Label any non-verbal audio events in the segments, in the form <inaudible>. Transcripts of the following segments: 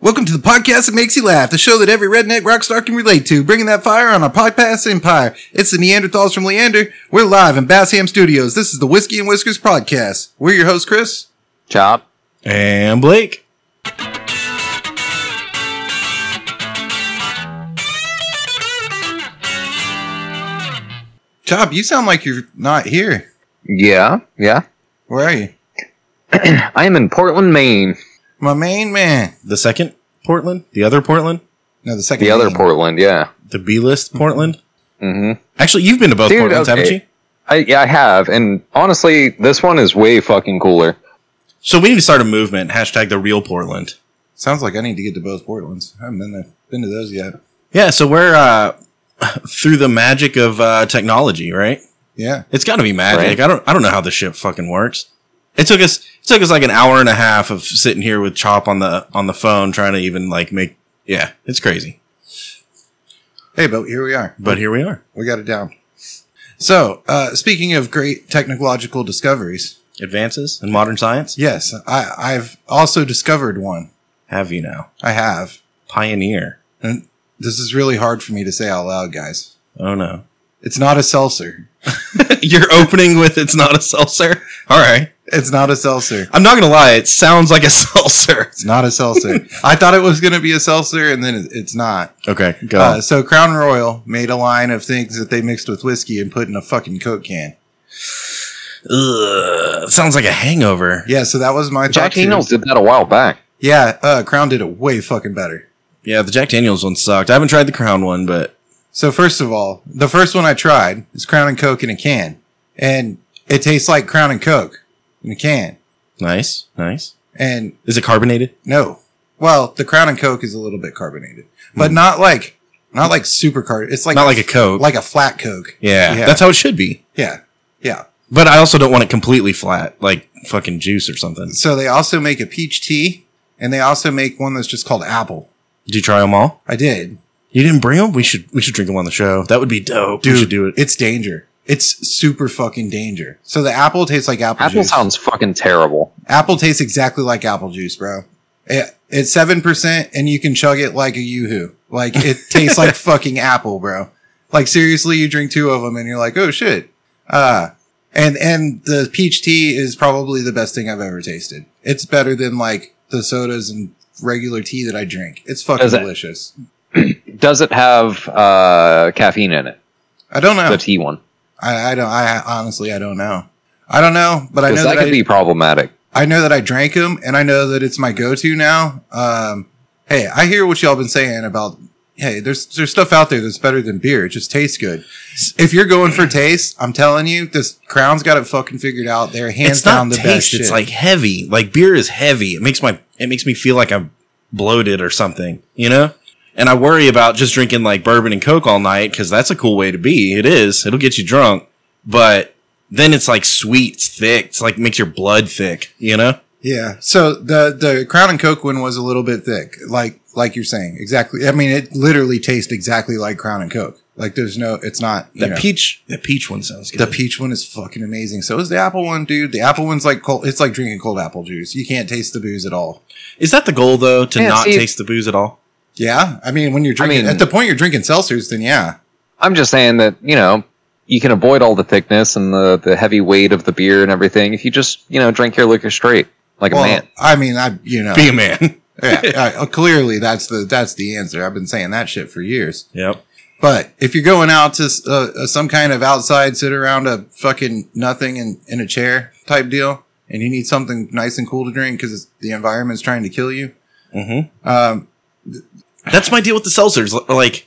Welcome to the podcast that makes you laugh, the show that every redneck rock star can relate to, bringing that fire on our podcast empire. It's the Neanderthals from Leander. We're live in Bassham Studios. This is the Whiskey and Whiskers podcast. We're your host, Chris. Chop. And Blake. Chop, you sound like you're not here. Yeah, yeah. <clears throat> Where are you? I am in Portland, Maine. My main man. The second Portland, the other Portland, No, the second. The other main. Portland, yeah. the B list Portland. Mm-hmm. Actually, you've been to both Dude, Portlands, haven't okay. you? I yeah, I have, and honestly, this one is way fucking cooler. So we need to start a movement. Hashtag the real Portland. Sounds like I need to get to both Portlands. I haven't been there. Been to those yet. Yeah. So we're uh, <laughs> through the magic of uh, technology, right? Yeah. It's got to be magic. Right. I don't. I don't know how this shit fucking works. It took us. It took us like an hour and a half of sitting here with Chop on the on the phone trying to even like make. Yeah, it's crazy. Hey, but here we are. But here we are. We got it down. So, uh, speaking of great technological discoveries, Advances in modern science. yes, I, I've also discovered one. Have you now? I have. Pioneer. And this is really hard for me to say out loud, guys. Oh no. <laughs> It's not a seltzer. You're opening with it's not a seltzer. All right. It's not a seltzer. I'm not gonna lie, it sounds like a <laughs> seltzer. It's not a <laughs> seltzer. I thought it was going to be a seltzer, and then it- it's not. Okay, Oh. go. Uh, so Crown Royal made a line of things that they mixed with whiskey and put in a fucking Coke can. Uh, Ugh, sounds like a hangover. Yeah, so that was my Jack thought, too. Daniels did that a while back. Yeah, uh, Crown did it way fucking better. Yeah, the Jack Daniels one sucked. I haven't tried the Crown one, but So first of all, the first one I tried is Crown and Coke in a can, and it tastes like Crown and Coke in a can. nice, nice. And Is it carbonated? no, well, the Crown and Coke is a little bit carbonated, but not like not like super carb. It's like Hmm. Not like a Coke. like a flat Coke. yeah, yeah. that's how it should be. Yeah, yeah. But I also don't want it completely flat, like fucking juice or something. So they also make a peach tea, and they also make one that's just called apple. Did you try them all? I did, You didn't bring them. We should we should drink them on the show. That would be dope. we should do it. It's danger. It's super fucking danger. So the apple tastes like apple, Apple juice. sounds fucking terrible. Apple tastes exactly like apple juice, bro. It, it's seven percent, and you can chug it like a yoo-hoo. Like it tastes like fucking apple, bro. Like seriously, you drink two of them, and you're like, oh shit. Uh and and the peach tea is probably the best thing I've ever tasted. It's better than like the sodas and regular tea that I drink. It's fucking Is it- delicious. Does it have uh, caffeine in it? I don't know. The tea one. I, I don't. I honestly, I don't know. I don't know, but I know Because that that could I, be problematic. I know that I drank them, and I know that it's my go-to now. Um, hey, I hear what y'all been saying about. Hey, there's there's stuff out there that's better than beer. It just tastes good. If you're going for taste, I'm telling you, this Crown's got it fucking figured out. They're hands it's down not the best. taste. It's shit. like heavy. Like beer is heavy. It makes my it makes me feel like I'm bloated or something. You know. And I worry about just drinking like bourbon and coke all night because that's a cool way to be. It is. It'll get you drunk, but then it's like sweet, it's thick. It's like makes your blood thick. You know. yeah. So the the Crown and Coke one was a little bit thick, like like you're saying exactly. I mean, it literally tastes exactly like Crown and Coke. Like there's no, it's not you That know. peach. That peach one sounds good. The peach one is fucking amazing. So is the apple one, dude. The apple one's like cold. It's like drinking cold apple juice. You can't taste the booze at all. is that the goal though? To Yeah, not see- taste the booze at all? Yeah, I mean, when you're drinking mean- at the point you're drinking seltzers, then yeah, I'm just saying that you know you can avoid all the thickness and the the heavy weight of the beer and everything if you just you know drink your liquor straight like well, a man. I mean, I you <laughs> know, Be a man. yeah, uh, clearly that's the that's the answer. I've been saying that shit for years. yep. But if you're going out to s- uh, uh, some kind of outside sit around a fucking nothing in, in a chair type deal, and you need something nice and cool to drink because the environment's trying to kill you, hmm um, That's my deal with the seltzers. L- Like,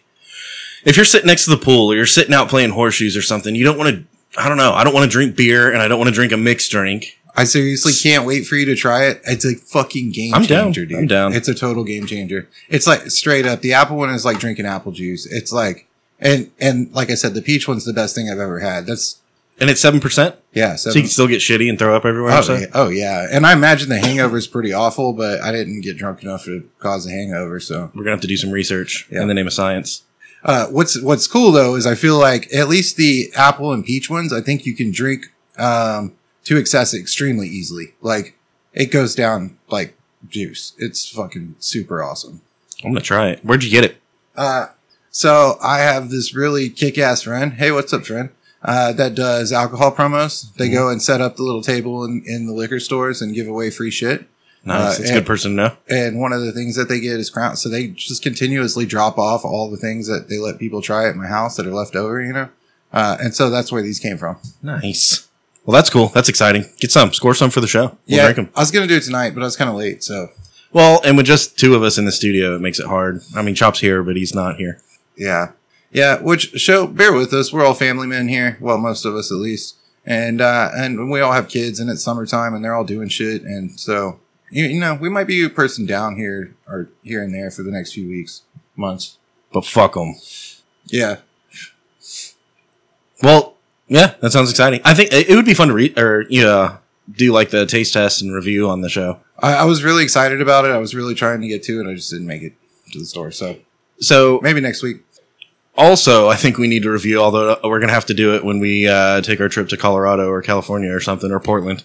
if you're sitting next to the pool or you're sitting out playing horseshoes or something, you don't want to. I don't know. I don't want to drink beer and I don't want to drink a mixed drink. I seriously can't wait for you to try it. It's a fucking game I'm down. changer, dude. I'm down. It's a total game changer. It's like straight up. The apple one is like drinking apple juice. It's like and and like I said, the peach one's the best thing I've ever had. That's And it's seven percent, yeah. so So you can still get shitty and throw up everywhere. oh, so. yeah, oh yeah, and I imagine the hangover is pretty awful, but I didn't get drunk enough to cause a hangover. So We're gonna have to do some research Yeah. in the name of science. uh, what's what's cool though is I feel like at least the apple and peach ones, I think you can drink um, to excess extremely easily. Like it goes down like juice. It's fucking super awesome. I'm gonna try it. Where'd you get it? Uh, so I have this really kick-ass friend. Hey, what's up, friend? Uh, that does alcohol promos. They go and set up the little table in, in the liquor stores and give away free shit. Nice. Uh, it's a good and- person to know. And one of the things that they get is crown. So they just continuously drop off all the things that they let people try at my house that are left over, you know? Uh, and so that's where these came from. Nice. Well, that's cool. That's exciting. Get some. Score some for the show. We'll yeah. drink them. I was going to do it tonight, but I was kind of late. So Well, and with just two of us in the studio, it makes it hard. I mean, Chop's here, but he's not here. yeah. Yeah. Which show, bear with us. We're all family men here. Well, most of us at least. And, uh, and we all have kids and it's summertime and they're all doing shit. And so, you, you know, we might be a person down here or here and there for the next few weeks, months. But fuck him. Yeah. Well, yeah, that sounds exciting. I think it it would be fun to read or you know do like the taste test and review on the show. I, I was really excited about it. I was really trying to get to it. I just didn't make it to the store. So So maybe next week. also, I think we need to review. Although we're gonna have to do it when we uh, take our trip to Colorado or California or something or Portland.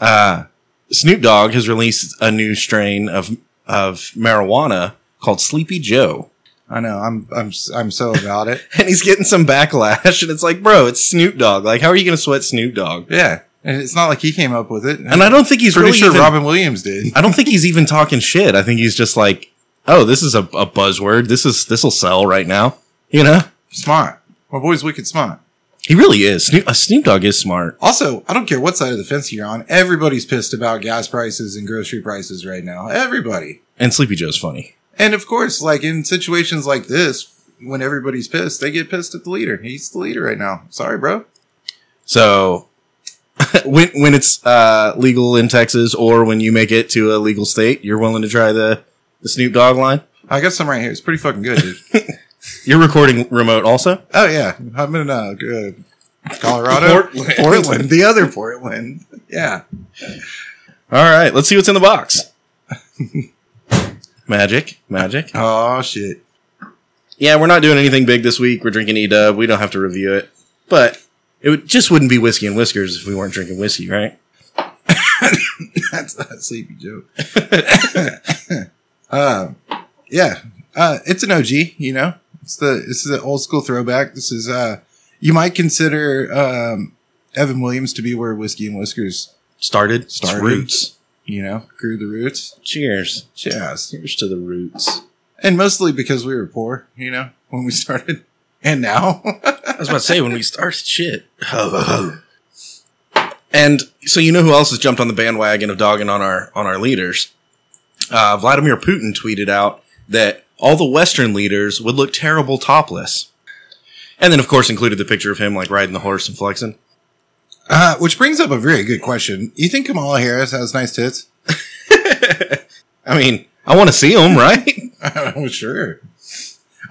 Uh, Snoop Dogg has released a new strain of of marijuana called Sleepy Joe. I know. I'm I'm I'm so about it. and he's getting some backlash and it's like bro it's snoop dogg like how are you gonna sweat snoop <laughs> dogg Yeah, and it's not like he came up with it. and i don't think he's pretty really sure even- Robin Williams did. i don't think he's even talking shit i think he's just like oh this is a, a buzzword this is this'll sell right now you know Smart. My boy's wicked smart. he really is snoop, uh, snoop dogg is smart Also, I don't care what side of the fence you're on. Everybody's pissed about gas prices and grocery prices right now. Everybody. and sleepy joe's funny And of course, like in situations like this, when everybody's pissed, they get pissed at the leader. He's the leader right now. Sorry, bro. so <laughs> when when it's uh legal in texas or when you make it to a legal state you're willing to try the the snoop dogg line I got some right here. It's pretty fucking good, dude. you're recording remote also Oh yeah, I'm in uh, g- uh, Colorado, Portland. Portland, the other Portland. Yeah, All right, let's see what's in the box. <laughs> magic, magic. Oh shit. <laughs> Yeah, we're not doing anything big this week. We're drinking E Dub. We don't have to review it, but it would, just wouldn't be whiskey and whiskers if we weren't drinking whiskey, right? That's a sleepy joke. <laughs> um, yeah. Uh, it's an OG, you know. It's the this is an old school throwback. This is uh you might consider um Evan Williams to be where whiskey and whiskers, Started, It's Started. roots. you know, grew the roots. Cheers, Jazz. cheers to the roots. And mostly because we were poor, you know, when we <laughs> started. And now <laughs> I was about to say when we started shit. and so you know who else has jumped on the bandwagon of dogging on our on our leaders? Uh, Vladimir Putin tweeted out that all the Western leaders would look terrible topless, and then of course included the picture of him like riding the horse and flexing. uh, which brings up a very good question. You think Kamala Harris has nice tits? I mean, I want to see him, <laughs> right? <laughs> I'm Oh, sure.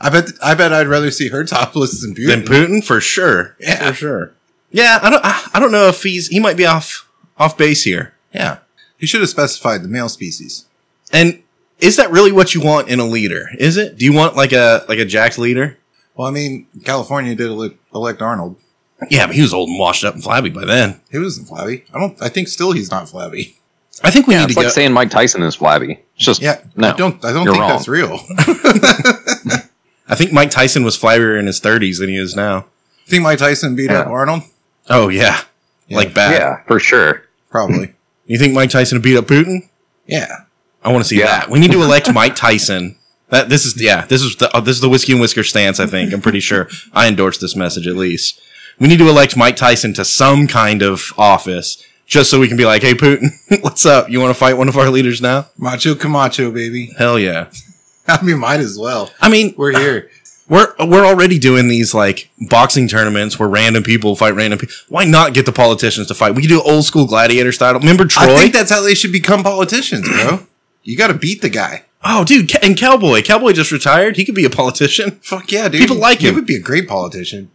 I bet I bet I'd rather see her topless than Putin. then Putin for sure, Yeah. for sure. Yeah, I don't, I, I don't know if he's he might be off off base here. Yeah. He should have specified the male species. And is that really what you want in a leader? Is it? Do you want like a like a jacked leader? Well, I mean, California did elect, elect Arnold. Yeah, but he was old and washed up and flabby by then. He wasn't flabby. I don't. I think still he's not flabby. I think we Yeah, need to it's go. like saying Mike Tyson is flabby. It's just Yeah. No, I don't. I don't you're think wrong. that's real. <laughs> I I think Mike Tyson was flabbier in his 30s than he is now. think Mike Tyson beat up Yeah. Arnold. Oh yeah, Yeah, like bad. yeah, for sure. Probably. You think Mike Tyson would beat up Putin? yeah. I want to see Yeah. that. We need to elect Mike Tyson. That this is yeah this is the oh, this is the whiskey and whisker stance. I think I'm pretty sure I endorse this message at least. We need to elect Mike Tyson to some kind of office just so we can be like, hey Putin, <laughs> what's up? You want to fight one of our leaders now? Macho Camacho, baby. <laughs> Hell yeah. I mean, might as well. I mean, We're here. We're we're already doing these like boxing tournaments where random people fight random people. Why not get the politicians to fight? We do old school gladiator style. Remember Troy? I think that's how they should become politicians, bro. you got to beat the guy. oh, dude, Ca- and Cowboy. Cowboy just retired. He could be a politician. Fuck yeah, dude. People like He him. would be a great politician.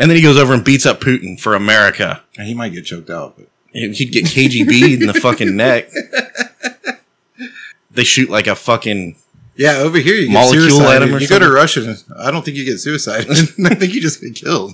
And then he goes over and beats up Putin for America. And he might get choked out, but He'd get KGB in the fucking neck. They shoot like a fucking. yeah, over here you get Molecule suicided. at him or you go to Russia. I don't think you get suicided. <laughs> I think you just get killed.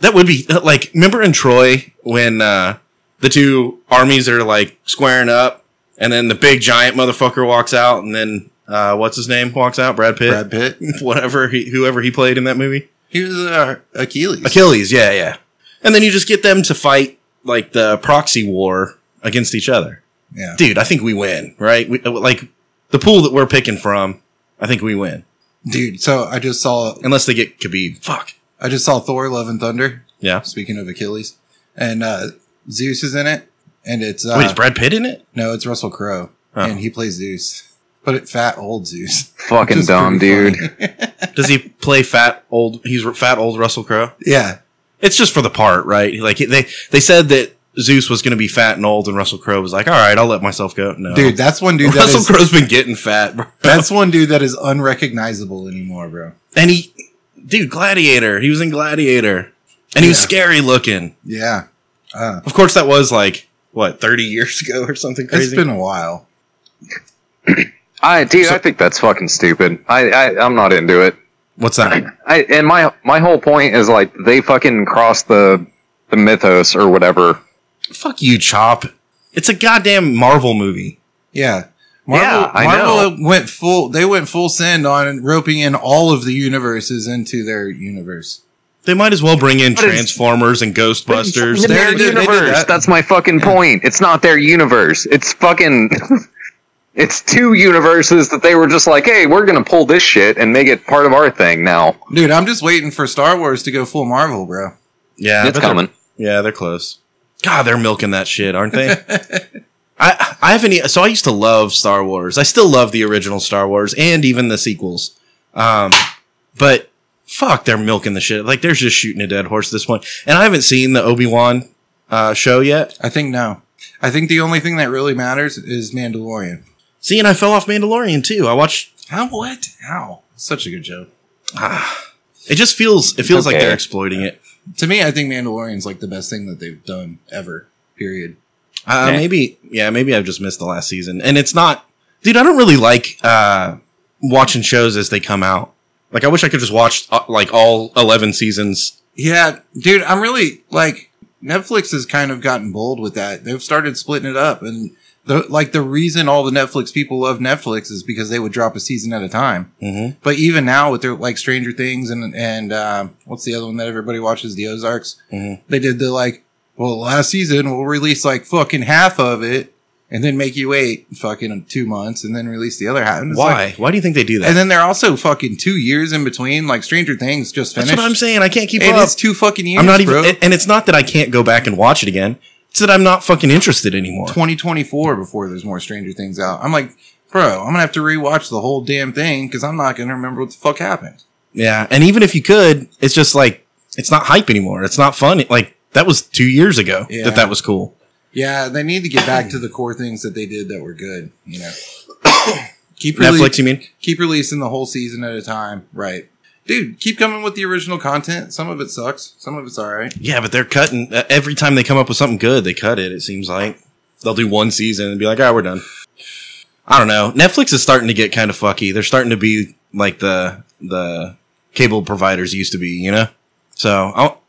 That would be like. Remember in Troy when uh, the two armies are like squaring up And then the big giant motherfucker walks out, and then uh, what's his name walks out? Brad Pitt, Brad Pitt. <laughs> whatever, he, whoever he played in that movie. He was uh, Achilles. Achilles, yeah, yeah. And then you just get them to fight like the proxy war against each other. Yeah. Dude, I think we win, right? We, like the pool that we're picking from, I think we win. Dude, so I just saw Unless they get Khabib. Fuck. I just saw Thor Love and Thunder. Yeah. Speaking of Achilles. And uh Zeus is in it. And it's uh Wait, is Brad Pitt in it? no, it's Russell Crowe. Oh. And he plays Zeus. But it fat old <laughs> Zeus. Fucking Just dumb, pretty dude. funny. <laughs> Does he play fat old? He's fat old Russell Crowe. yeah. It's just for the part, right? Like they they said that Zeus was going to be fat and old, and Russell Crowe was like, "All right, I'll let myself go." No, Dude, that's one dude that Russell is Crowe's been getting fat, bro. that's one dude that is unrecognizable anymore, bro. <laughs> and he, dude, Gladiator. He was in Gladiator, and he was Yeah. scary looking. Yeah. Uh, Of course, that was like what thirty years <laughs> ago or something it's crazy. been a while. I dude, So- I think that's fucking stupid. I, I I'm not into it. What's that? I and my my whole point is like they fucking crossed the the mythos or whatever. Fuck you, Chop. It's a goddamn Marvel movie. Yeah. Yeah, I Marvel went full they went full send on roping in all of the universes into their universe. They might as well bring in But it's- Transformers and Ghostbusters. They their did- they did universe. that. That's my fucking point. It's not their universe. It's fucking. <laughs> it's two universes that they were just like, hey, we're gonna pull this shit and make it part of our thing now. Dude, I'm just waiting for Star Wars to go full Marvel, bro. yeah, it's but they're- coming. Yeah, they're close. God, they're milking that shit, aren't they? I I haven't. e- So I used to love Star Wars. I still love the original Star Wars and even the sequels. Um, but fuck, they're milking the shit. Like they're just shooting a dead horse at this point. And I haven't seen the Obi Wan uh, show yet. I think no. I think the only thing that really matters is Mandalorian. See, and I fell off Mandalorian too. I watched. How? What? How? Such a good show. Ah, it just feels. It feels like Okay. they're exploiting it. To me, I think Mandalorian's like the best thing that they've done ever. Period. Uh, Yeah. Maybe, yeah, maybe I've just missed the last season. And it's not, dude, I don't really like uh, watching shows as they come out. Like, I wish I could just watch uh, like all 11 seasons. Yeah, dude. I'm really like Netflix has kind of gotten bold with that. They've started splitting it up, and the, like the reason all the Netflix people love Netflix is because they would drop a season at a time. Mm-hmm. But even now with their like Stranger Things and and um, what's the other one that everybody watches? The Ozarks. Mhm. They did the like. Well, last season we'll release like fucking half of it, and then make you wait fucking two months, and then release the other half. And it's Why? like- Why do you think they do that? and then they're also fucking two years in between. Like Stranger Things just That's finished. what I'm saying. I can't keep And up. it's two fucking years. I'm not even, bro. and it's not that I can't go back and watch it again. It's that I'm not fucking interested anymore. 2024 before there's more Stranger Things out. I'm like, bro, I'm gonna have to rewatch the whole damn thing because I'm not gonna remember what the fuck happened. Yeah. And even if you could, it's just like, it's not hype anymore. It's not fun. Like, that was two years ago Yeah. that that was cool. Yeah, they need to get back to the core things that they did that were good. You know, <coughs> keep Netflix, rele- you mean? keep releasing the whole season at a time, right? Dude, keep coming with the original content. Some of it sucks. Some of it's all right. Yeah, but they're cutting uh, every time they come up with something good, they cut it. It seems like they'll do one season and be like, "Ah, we're done." I don't know. Netflix is starting to get kind of fucky. They're starting to be like the the cable providers used to be, you know. So I'll,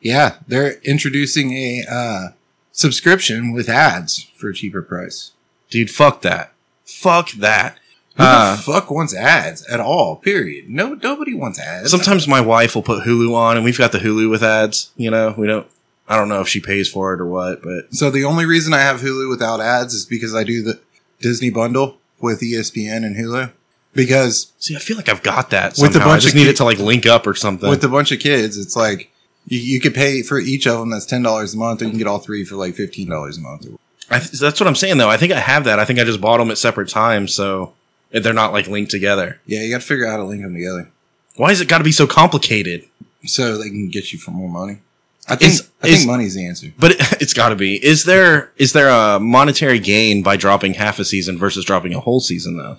Yeah, they're introducing a uh, subscription with ads for a cheaper price. dude, fuck that, fuck that. Who Uh, the fuck wants ads at all? Period. No, nobody wants ads. Sometimes my wife will put Hulu on, and we've got the Hulu with ads. You know, we don't. I don't know if she pays for it or what, but So the only reason I have Hulu without ads is because I do the Disney bundle with E ESPN and Hulu. Because see, I feel like I've got that. With a Somehow. I bunch just of need ki- it to like link up or something. with a bunch of kids, it's like you, you could pay for each of them. That's ten dollars a month, or you can get all three for like fifteen dollars a month. I th- that's what I'm saying though. I think I have that. I think I just bought them at separate times, so they're not like linked together. Yeah, you got to figure out how to link them together Why has it got to be so complicated? so they can get you for more money. I think Is- I think is- money's the answer. But it, <laughs> it's got to be. Is there is there a monetary gain by dropping half a season versus dropping a whole season though?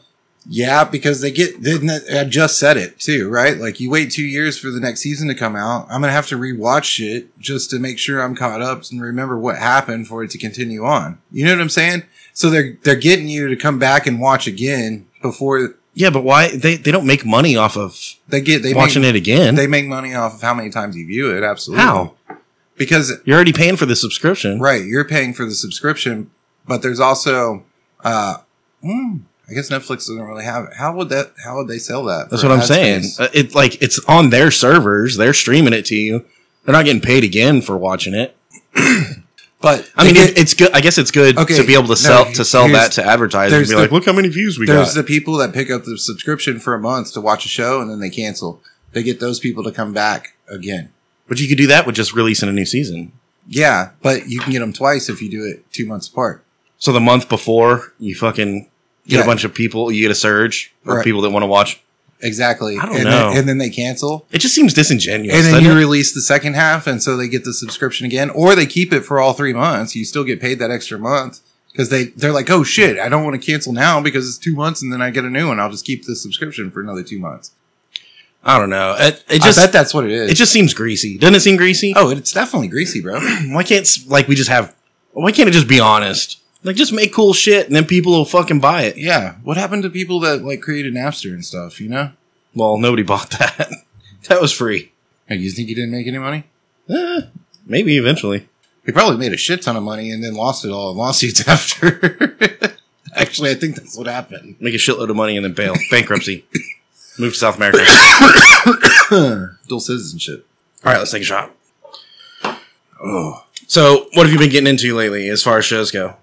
Yeah, because they get. They, I just said it too, right? Like you wait two years for the next season to come out. I'm gonna have to rewatch shit just to make sure I'm caught up and remember what happened for it to continue on. You know what I'm saying? So they're they're getting you to come back and watch again before Yeah, but why they they don't make money off of they get they watching make, it again? They make money off of how many times you view it. Absolutely. How Because you're already paying for the subscription? right, you're paying for the subscription, but there's also Uh, mm, I guess Netflix doesn't really have it. How would that? How would they sell that? That's for what I'm ad saying. space? Uh, It like it's on their servers. They're streaming it to you. They're not getting paid again for watching it. But I they mean, get- it, it's good. I guess it's good Okay, to be able to no, sell he- to sell here's- that to advertisers and there's be the- like, look how many views we there's got. the people that pick up the subscription for a month to watch a show and then they cancel. They get those people to come back again. but you could do that with just releasing a new season. Yeah, but you can get them twice if you do it two months apart. So the month before, you fucking get Yeah. a bunch of people. You get a surge for Right. people that want to watch. Exactly. I don't and know. Then, and then they cancel. It just seems disingenuous. and then doesn't you it? release the second half, and so they get the subscription again, or they keep it for all three months. You still get paid that extra month because they they're like, oh shit, I don't want to cancel now because it's two months, and then I get a new one. I'll just keep the subscription for another two months. I don't know. It, it I just bet that's what it is. it just seems greasy. Doesn't it seem greasy? oh, it's definitely greasy, bro. why can't s- like we just have? Why can't it just be honest? Like just make cool shit and then people will fucking buy it. yeah. What happened to people that like created Napster and stuff? You know, Well, nobody <laughs> bought that. that was free. like you think you didn't make any money? Eh, maybe eventually. He probably made a shit ton of money and then lost it all in lawsuits <laughs> after. Actually, I think that's what <clears throat> happened. Make a shitload of money and then bail. <coughs> Bankruptcy. Move to South America. Dual citizenship. All right, let's take a shot. Oh. So, what have you been getting into lately as far as shows go?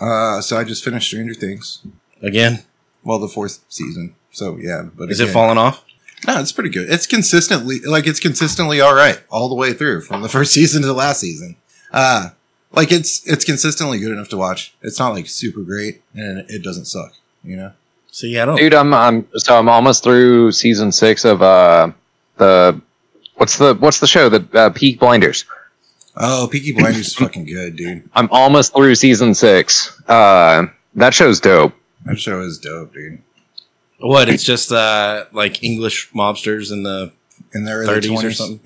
Uh, so I just finished Stranger Things. Again? Well, the fourth season. So yeah, but Is it again- falling off? No, it's pretty good. It's consistently like it's consistently all right all the way through from the <laughs> first season to the last season. Uh like it's it's consistently good enough to watch. It's not like super great, and it doesn't suck. You know, See, I don't. dude i'm i'm so i'm almost through season six of uh the what's the what's the show the uh, peak blinders oh, Peaky Blinders is <laughs> fucking good, dude. i'm almost through season six uh that show's dope That show is dope, dude. What? It's just uh, like English mobsters and the. In their early 30s or 20s or something? something.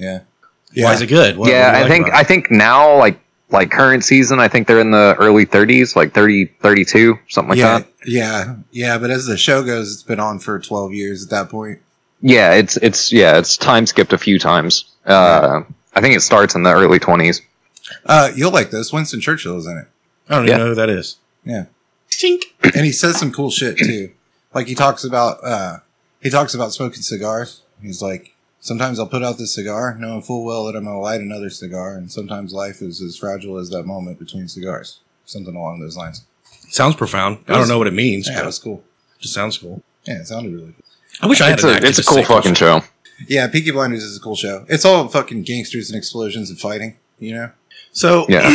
Yeah, Why is it good? What- what yeah do you i like think about i it? think now like like current season i think they're in the early 30s like 30 32 something like yeah, that yeah, yeah. But as the show goes, it's been on for twelve years at that point. yeah it's it's yeah it's time skipped a few times uh i think it starts in the early 20s Uh, you'll like this. Winston Churchill is in it. I don't even yeah. know who that is. Yeah. Tink. and he says some cool shit too. Like he talks about uh he talks about smoking cigars. He's like, sometimes I'll put out this cigar, knowing full well that I'm gonna light another cigar, and sometimes life is as fragile as that moment between cigars. Something along those lines. Sounds profound. I don't know what it means. Yeah, but it was cool. it just sounds cool. Yeah, it sounded really cool. I wish I had it's an a actor it's a to cool say cool fucking shit. show Yeah, Peaky Blinders is a cool show. It's all fucking gangsters and explosions and fighting, you know? So, Yeah. <clears throat>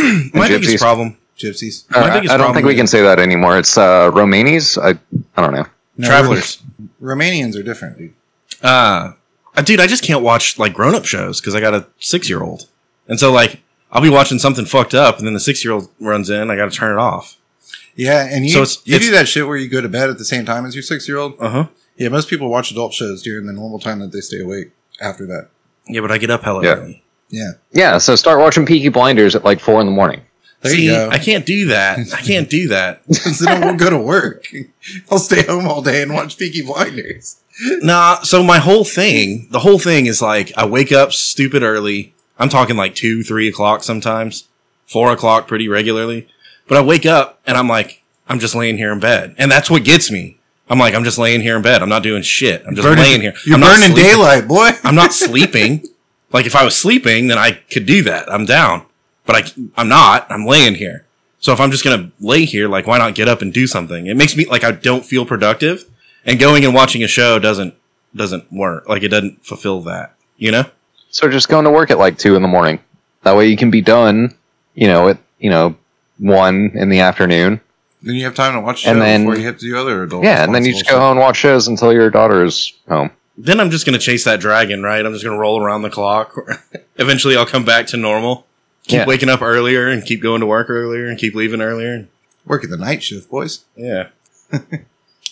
<clears throat> my And biggest gypsies. problem Gypsies. My Uh, biggest I don't think problem we can is- say that anymore. It's uh, Romanies. I I don't know. No, travelers. Rom- Romanians are different, dude. Uh, uh, dude, I just can't watch like grown up shows because I got a six year old. And so, like, I'll be watching something fucked up, and then the six year old runs in, I got to turn it off. Yeah, and you, So it's- you it's- do that shit where you go to bed at the same time as your six year old. Uh huh. Yeah, most people watch adult shows during the normal time that they stay awake after <laughs> that. Yeah, but I get up hella Yeah. early. Yeah. Yeah, so start watching Peaky Blinders at like four in the morning. There See, you go. I can't do that. <laughs> I can't do that. so then I won't go to work. <laughs> I'll stay home all day and watch Peaky Blinders. nah, so my whole thing, the whole thing is like, I wake up stupid early. I'm talking like two, three o'clock sometimes, four o'clock pretty regularly. But I wake up and I'm like, I'm just laying here in bed. And that's what gets me. I'm like, I'm just laying here in bed. I'm not doing shit. I'm just laying here. You're I'm not burning sleeping. daylight, boy. <laughs> I'm not sleeping. like if I was sleeping, then I could do that. I'm down, but I I'm not. I'm laying here. So if I'm just gonna lay here, like why not get up and do something? It makes me like I don't feel productive, and going and watching a show doesn't doesn't work. Like it doesn't fulfill that. You know? So just going to work at like two in the morning. That way you can be done. You know at you know one in the afternoon. Then you have time to watch And shows then- before you have to do other adult. Yeah, and then you just go home and watch shows until your daughter is home. Then I'm just gonna chase that dragon, right? I'm just gonna roll around the clock. <laughs> Eventually, I'll come back to normal. Keep Yeah. waking up earlier and keep going to work earlier and keep leaving earlier. Work at the night shift, boys. <laughs> Yeah,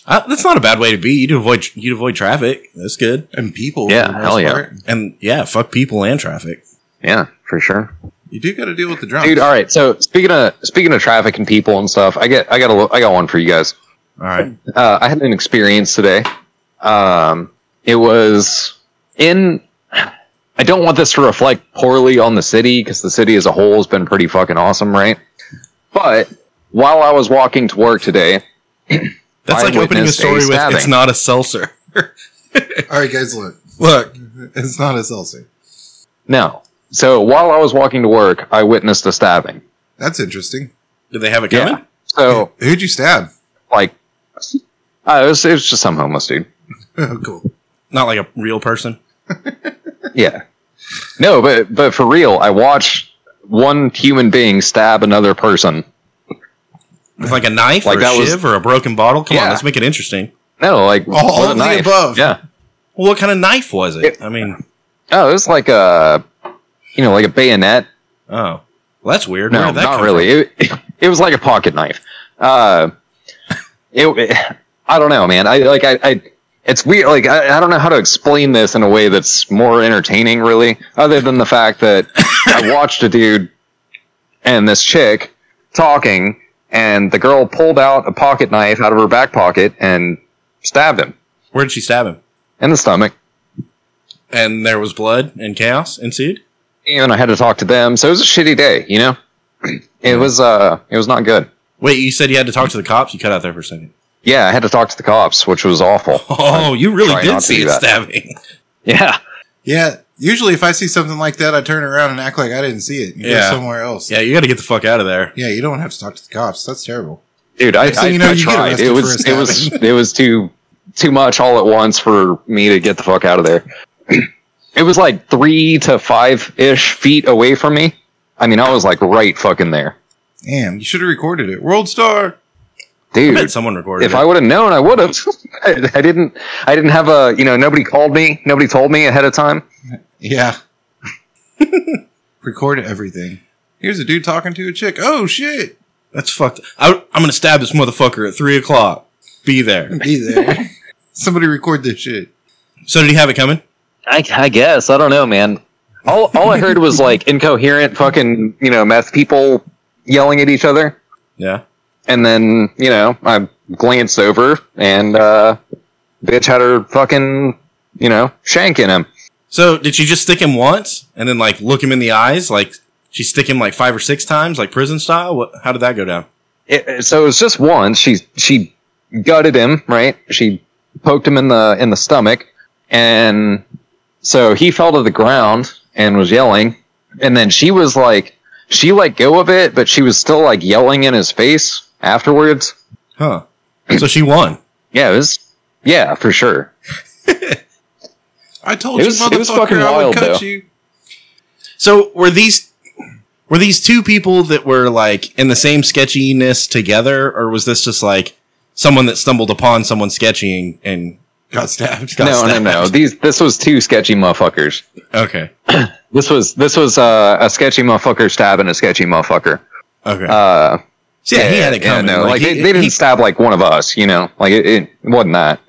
Uh that's not a bad way to be. You'd avoid you'd avoid traffic. That's good. And people. Yeah, for the most hell yeah. part. And yeah, fuck people and traffic. Yeah, for sure, You do got to deal with the drums. dude. All right. So speaking of speaking of traffic and people and stuff, I get I got a li- I got one for you guys. All right. uh, I had an experience today. Um, it was in. I don't want this to reflect poorly on the city because the city as a whole has been pretty fucking awesome, right? But while I was walking to work today, That's I like opening a witnessed a story with stabbing. it's not a seltzer. All right, guys, look. Look, <laughs> It's not a seltzer. no. So while I was walking to work, I witnessed a stabbing. That's interesting. did they have it Yeah. coming? So Who'd you stab? <laughs> like, uh, it, was, it was just some homeless dude. Oh, cool. Not like a real person. Yeah. No, but but for real, I watched one human being stab another person. With like a knife Like or a that was- shiv or a broken bottle. Come on, Yeah. let's make it interesting. No, like All with a of the knife. above. Yeah. Well, what kind of knife was it? It- I mean, Oh, it was like a, you know, like a bayonet. oh, well, that's weird. Where No, did that not come really. It, it, was like a pocket knife. Uh, it, I don't know, man. I like I. I it's weird. Like I, I don't know how to explain this in a way that's more entertaining, really, other than the fact that <laughs> I watched a dude and this chick talking, and the girl pulled out a pocket knife out of her back pocket and stabbed him From? Where did she stab him? in the stomach. And there was blood and chaos ensued. And I had to talk to them, so it was a shitty day. You know, <clears throat> it was uh, it was not good. Wait, you said you had to talk to the cops. You cut out there for a second. <laughs> Yeah, I had to talk to the cops, which was awful. Oh, you try really not did to see do it that. stabbing. <laughs> Yeah. Yeah. Usually, if I see something like that, I turn around and act like I didn't see it. You Yeah. go somewhere else. Yeah, you got to get the fuck out of there. Yeah, you don't have to talk to the cops. That's terrible. Dude, I, Next thing I, you know, I you get tried. arrested It for was a it was it was too too much all at once for me to get the fuck out of there. <clears throat> it was like three to five ish feet away from me. I mean, I was like right fucking there, Damn, you should have recorded it. World Star. I bet dude. someone recorded If it. I would have known, I would have. <laughs> I, I didn't. I didn't have a. You know, nobody called me. Nobody told me ahead of time. Yeah. <laughs> Record everything. Here's a dude talking to a chick. Oh shit. That's fucked. I, I'm gonna stab this motherfucker at three o'clock. Be there. Be <laughs> there. Somebody record this shit. So did he have it coming? I, I guess I don't know, man. All all I heard was like incoherent fucking you know meth people yelling at each other. Yeah. And then, you know, I glanced over and uh bitch had her fucking, you know, shank in him. So did she just stick him once and then like look him in the eyes? Like she stick him like five or six times, like prison style? What, how did that go down? It, it- so it was just once she she gutted him, right? She poked him in the in the stomach and so he fell to the ground and was yelling and then she was like she let go of it, but she was still like yelling in his face afterwards. Huh. so she won. Yeah, it was yeah, for sure. I told It you, was- motherfucker, it was fucking I would wild, cut though. you. So were these were these two people that were like in the same sketchiness together, or was this just like someone that stumbled upon someone sketchying and Got stabbed. got no, no, stabbed? no. These this was two sketchy motherfuckers. Okay. This was this was uh, a sketchy motherfucker stabbing a sketchy motherfucker. Okay. Uh, So, yeah, he had it coming. no, Like, like, he- they, they didn't he- stab like one of us, you know. Like it, it wasn't that.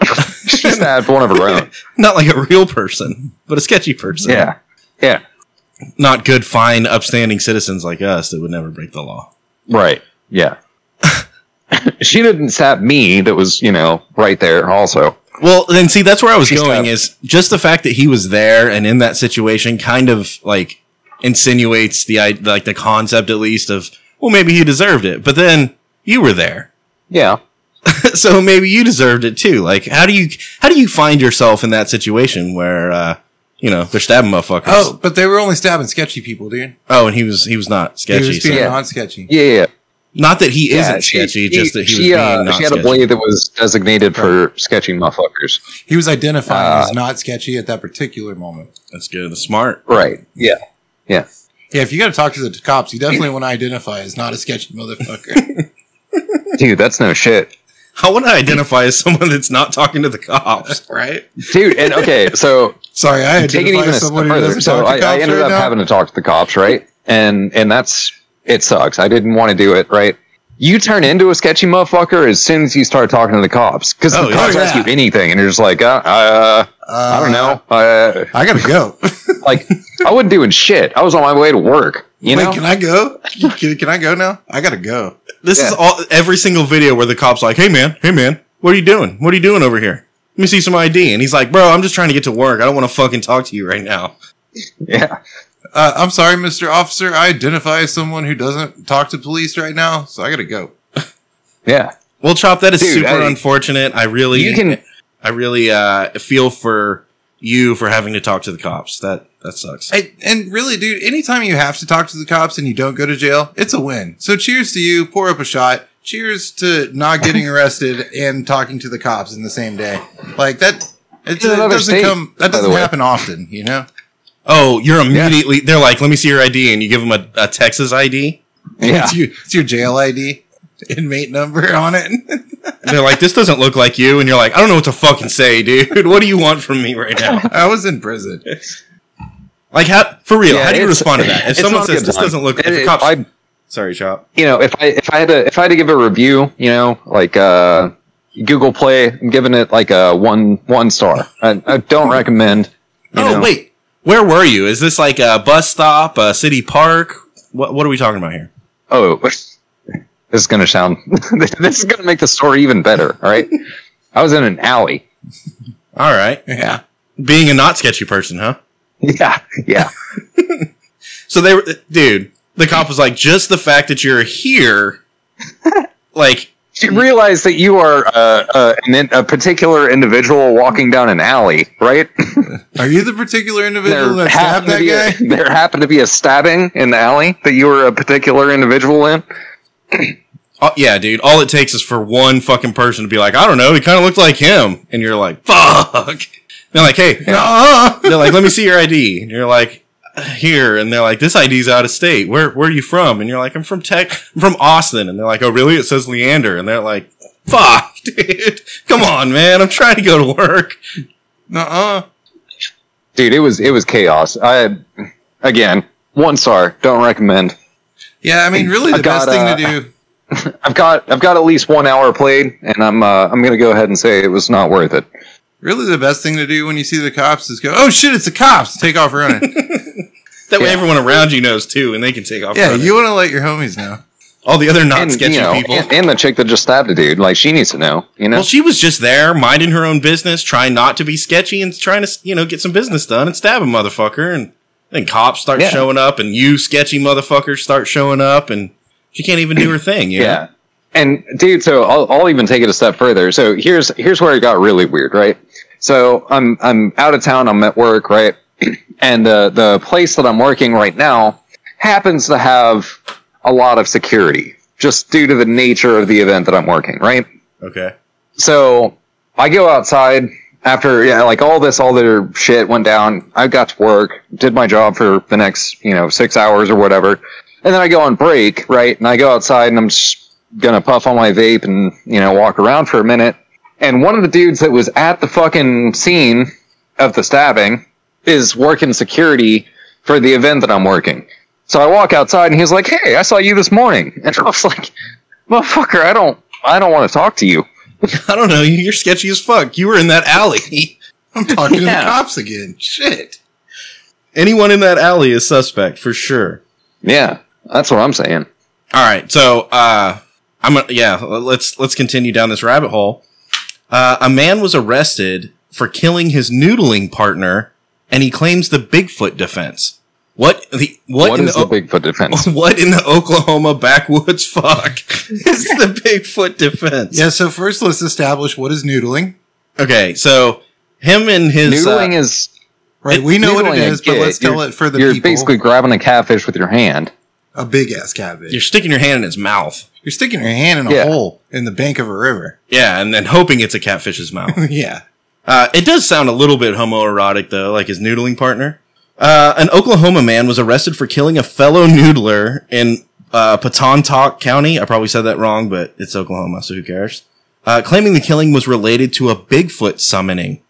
<laughs> <laughs> she stabbed one of her own. not like a real person, but a sketchy person. Yeah, yeah, Not good, fine, upstanding citizens like us that would never break the law. right, yeah. <laughs> she didn't stab me. That was you know right there also. Well, then see, that's where I was She's going tough. is just the fact that he was there and in that situation kind of like insinuates the i- like the concept at least of well maybe he deserved it, but then you were there, <laughs> Yeah, so maybe you deserved it too. Like how do you how do you find yourself in that situation where uh, you know they're stabbing motherfuckers? Oh, but they were only stabbing sketchy people, dude. Oh, and he was he was not sketchy. he was so- being Yeah. non-sketchy. yeah, yeah. Not that he yeah, isn't sketchy, just that he was she, being uh, not she had sketchy. a blade that was designated for sketchy motherfuckers. He was identifying Uh, as not sketchy at that particular moment. That's good. That's smart. Right. Yeah. Yeah, if you got to talk to the cops, you definitely want to identify as not a sketchy <laughs> motherfucker. Dude, that's no shit. I want to identify as someone that's not talking to <laughs> the cops. right? dude and okay so Sorry, I take it identify even a as step someone who further doesn't so talk to I, cops I ended right up now. having to talk to the cops right and and that's it sucks i didn't want to do it right you turn into a sketchy motherfucker as soon as you start talking to the cops because Oh, the yeah. cops Oh, yeah. ask you anything and you're just like uh, uh, i don't Uh, know uh, I gotta <laughs> go. like i wasn't doing shit i was on my way to work you Wait, know can I go? Can, can I go now? I gotta go. This is Yeah. all every single video where the cops like, "Hey man, hey man, what are you doing? What are you doing over here? Let me see some ID." And he's like, "Bro, I'm just trying to get to work. I don't want to fucking talk to you right now." yeah uh, I'm sorry, Mr. Officer. I identify as someone who doesn't talk to police right now, so I gotta go. Yeah, Well, Chop, that is Dude, super I- unfortunate. I really, you can. I really uh, feel for you for having to talk to the cops. That that sucks. I, and really, dude, anytime you have to talk to the cops and you don't go to jail, it's a win. So cheers to you. Pour up a shot. Cheers to <laughs> not getting arrested and talking to the cops in the same day. Like that, it, It's another doesn't state, come. That by the doesn't way. happen often, you know. Oh, you're immediately. They're like, "Let me see your ID," and you give them a, a Texas ID. Yeah, It's, you, it's your jail ID, inmate number on it. <laughs> They're like, "This doesn't look like you," and you're like, "I don't know what to fucking say, dude. <laughs> What do you want from me right now?" I was in prison. Like, how for real? Yeah, how do you it's- respond to that? If it's someone not says good this time. doesn't look, It- if the it- cops, I- sorry, Chop. you know, if I if I had to if I had to give a review, you know, like uh, Google Play, I'm giving it like a one one star. I, I don't recommend. you Oh know. wait, where were you? Is this like a bus stop, a city park? What What are we talking about here? Oh, <laughs> this is gonna sound. <laughs> this is gonna make the story even better. All <laughs> right, I was in an alley. <laughs> All right, Yeah. being a not sketchy person, huh? Yeah, yeah. So they were, dude. The cop was like, just the fact that you're here, <laughs> like, You realize that you are uh, uh, an in- a particular individual walking down an alley, right? Are you the particular individual that stabbed to that be guy? a, <laughs> there happened to be a stabbing in the alley that you were a particular individual in. oh, yeah, dude. All it takes is for one fucking person to be like, I don't know, he kind of looked like him, and you're like, fuck. They're like, hey, <laughs> Nuh-uh. they're like, let me see your ID, and you're like, here, and they're like, this ID's out of state. Where Where are you from? And you're like, I'm from Tech, I'm from Austin, and they're like, oh really? It says Leander, and they're like, fuck, <laughs> dude. Come on, man. I'm trying to go to work. Nuh-uh. Dude, it was it was chaos. I again, one star. Don't recommend. Yeah, I mean, really, I the best got, thing uh, to do. I've got I've got at least one hour played, and I'm uh, I'm gonna go ahead and say it was not worth it. Really, the best thing to do when you see the cops is go, "Oh shit, it's the cops!" Take off running. That way, Yeah. everyone around you knows too, and they can take off. yeah, running. you want to let your homies <laughs> know. all the other not and sketchy you know, people. and, and the chick that just stabbed a dude, like she needs to know. You know, Well, she was just there, minding her own business, trying not to be sketchy and trying to, you know, get some business done and stab a motherfucker. And then cops start Yeah. showing up, and you sketchy motherfuckers start showing up, and she can't even do her thing. You know? Yeah. And dude, so I'll, I'll even take it a step further. So here's here's where it got really weird, right? So I'm I'm out of town. I'm at work, right? <clears throat> And uh, the place that I'm working right now happens to have a lot of security, just due to the nature of the event that I'm working, right? Okay. So I go outside after yeah, like all this, all their shit went down. I got to work, did my job for the next you know six hours or whatever, and then I go on break, right? And I go outside and I'm just gonna puff on my vape and you know walk around for a minute. And one of the dudes that was at the fucking scene of the stabbing is working security for the event that I'm working. So I walk outside and he's like, "Hey, I saw you this morning," and I was like, "Motherfucker, I don't, I don't want to talk to you." <laughs> I don't know. You're sketchy as fuck. You were in that alley. <laughs> I'm talking to Yeah. the cops again. Shit. Anyone in that alley is suspect for sure. Yeah, that's what I'm saying. All right, so uh, I'm gonna- yeah. Let's let's continue down this rabbit hole. Uh, a man was arrested for killing his noodling partner, and he claims the Bigfoot defense. What the what, what in is the, the, Bigfoot <laughs> defense? O- uh, what in the Oklahoma backwoods? Fuck, is the Bigfoot defense? Yeah. So first, let's establish what is noodling. Okay, so him and his uh, Noodling is Right. It- we know what it noodling, is, but yeah, let's tell you're- it for the you're people. basically grabbing a catfish with your hand. a big ass cabbage. you're You're, sticking your hand in his mouth. sticking your hand in a Yeah. hole in the bank of a river. <laughs> Yeah, and then hoping it's a catfish's mouth. <laughs> yeah. Uh, it does sound a little bit homoerotic, though, like his noodling partner. Uh, an Oklahoma man was arrested for killing a fellow noodler in uh, Patontok County. I probably said that wrong, but it's Oklahoma, so who cares? Uh, claiming the killing was related to a Bigfoot summoning.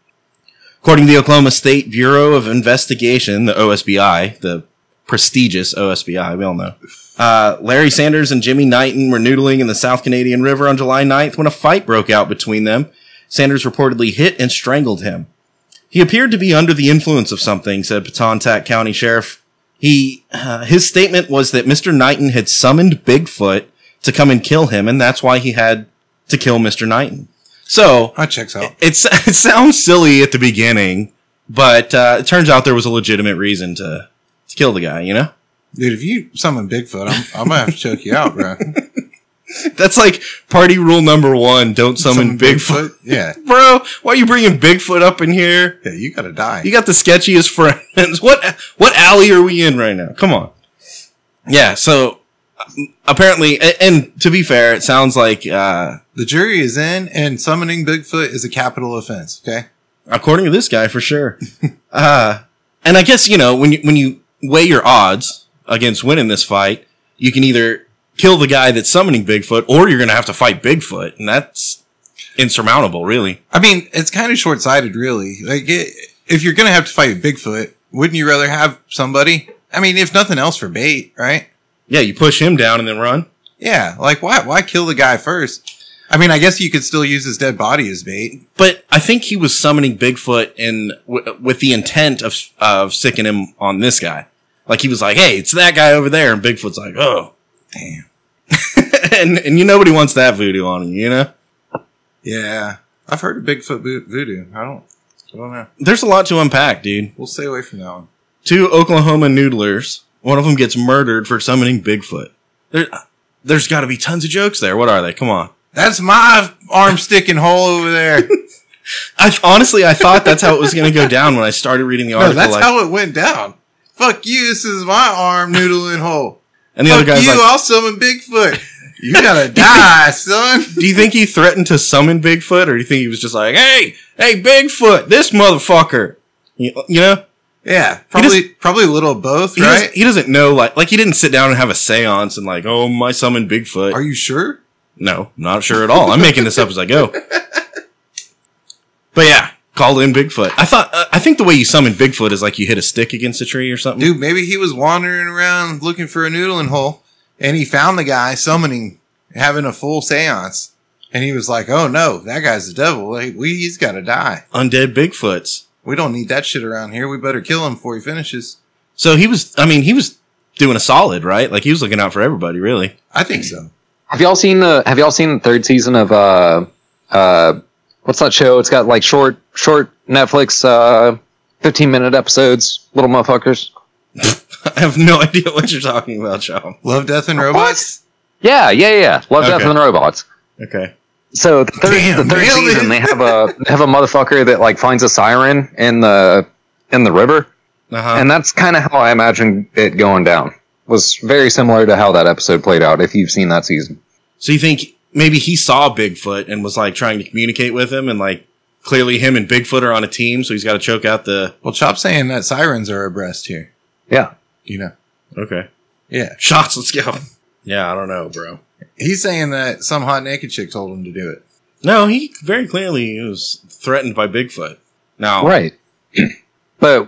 According to the Oklahoma State Bureau of Investigation, the OSBI, the prestigious OSBI, we all know. Uh, Larry Sanders and Jimmy Knighton were noodling in the South Canadian River on July 9th when a fight broke out between them. Sanders reportedly hit and strangled him. He appeared to be under the influence of something, said Patontak County Sheriff. He, uh, his statement was that Mr. Knighton had summoned Bigfoot to come and kill him, and that's why he had to kill Mr. Knighton. So, That checks out. it's, <laughs> it sounds silly at the beginning, but uh, it turns out there was a legitimate reason to to kill the guy, you know? <laughs> Dude, if you summon Bigfoot, I'm, I'm gonna have to choke you out, <laughs> bro. That's like party rule number one don't summon, Bigfoot. Yeah. Bro, why are you bringing Bigfoot up in here? Yeah, you gotta die. You got the sketchiest <laughs> friends. What what alley are we in right now? Come on. Yeah, so uh, apparently, a- and to be fair, it sounds like, uh, the jury is in, and summoning Bigfoot is a capital offense, okay? according to this guy, for sure. <laughs> uh, and I guess you know when you when you weigh your odds against winning this fight, you can either kill the guy that's summoning Bigfoot, or you're going to have to fight Bigfoot, and that's insurmountable, really. I mean, it's kind of short sighted, really. Like, it, if you're gonna have to fight Bigfoot, wouldn't you rather have somebody? I mean, if nothing else for bait, right? Yeah, you push him down and then run. Yeah, like why? Why kill the guy first? I mean, I guess you could still use his dead body as bait. But I think he was summoning Bigfoot in w- with the intent of of sicking him on this guy. Like he was like, "Hey, it's that guy over there," and Bigfoot's like, "Oh." <laughs> Damn. and and you nobody wants that voodoo on him, you know. Yeah, I've heard of Bigfoot vo- voodoo. I don't. I don't know. There's a lot to unpack, dude. We'll stay away from that one. two Oklahoma noodlers. One of them gets murdered for summoning Bigfoot. There, there's got to be tons of jokes there. What are they? Come on. That's my arm sticking hole over <laughs> there. I honestly, I thought that's how it was going to go down when I started reading the No, article. that's like- how it went down. Fuck you. This is my arm noodling hole. and the Fuck other guy's you. like, I'll summon Bigfoot. <laughs> You gotta die, son. "Do you think he threatened to summon Bigfoot, or do you think he was just like, hey, hey, Bigfoot, this motherfucker?" You, you know, Yeah, probably probably a little of both, he, right? doesn't, he doesn't know. Like, like he didn't sit down and have a séance and like, "Oh, my summon Bigfoot." Are you sure? No, not sure at all. I'm making this up as I go. But yeah, called in Bigfoot. I thought uh, I think the way you summon Bigfoot is like you hit a stick against a tree or something. Dude, maybe he was wandering around looking for a noodling hole and he found the guy summoning, having a full seance. And he was like, oh no, that guy's the devil. Hey, we, he's got to die. Undead Bigfoots. We don't need that shit around here. We better kill him before he finishes. So he was. I mean, he was doing a solid, right? Like he was looking out for everybody, really. <laughs> I think so. Have y'all seen the Have y'all seen the third season of uh uh what's that show? It's got like short short Netflix uh fifteen minute episodes. Little motherfuckers. I have no <laughs> idea what you're talking about, John. Love, death, and robots? Yeah, yeah, yeah. Love Death Okay. and Robots. Okay. So the third, Damn, the third nailed season it. they have a they have a motherfucker that like finds a siren in the in the river. Uh huh. and that's kind of how I imagine it going down. Was very similar to how that episode played out. If you've seen that season, So you think maybe he saw Bigfoot and was like trying to communicate with him, and like clearly him and Bigfoot are on a team, so he's got to choke out the. Well, Chop's saying that sirens are abreast here. yeah, You know? Okay. Yeah. Shots. <laughs> Let's go. Yeah, I don't know, bro. He's saying that some hot naked chick told him to do it. No, he very clearly was threatened by Bigfoot. Now, right. but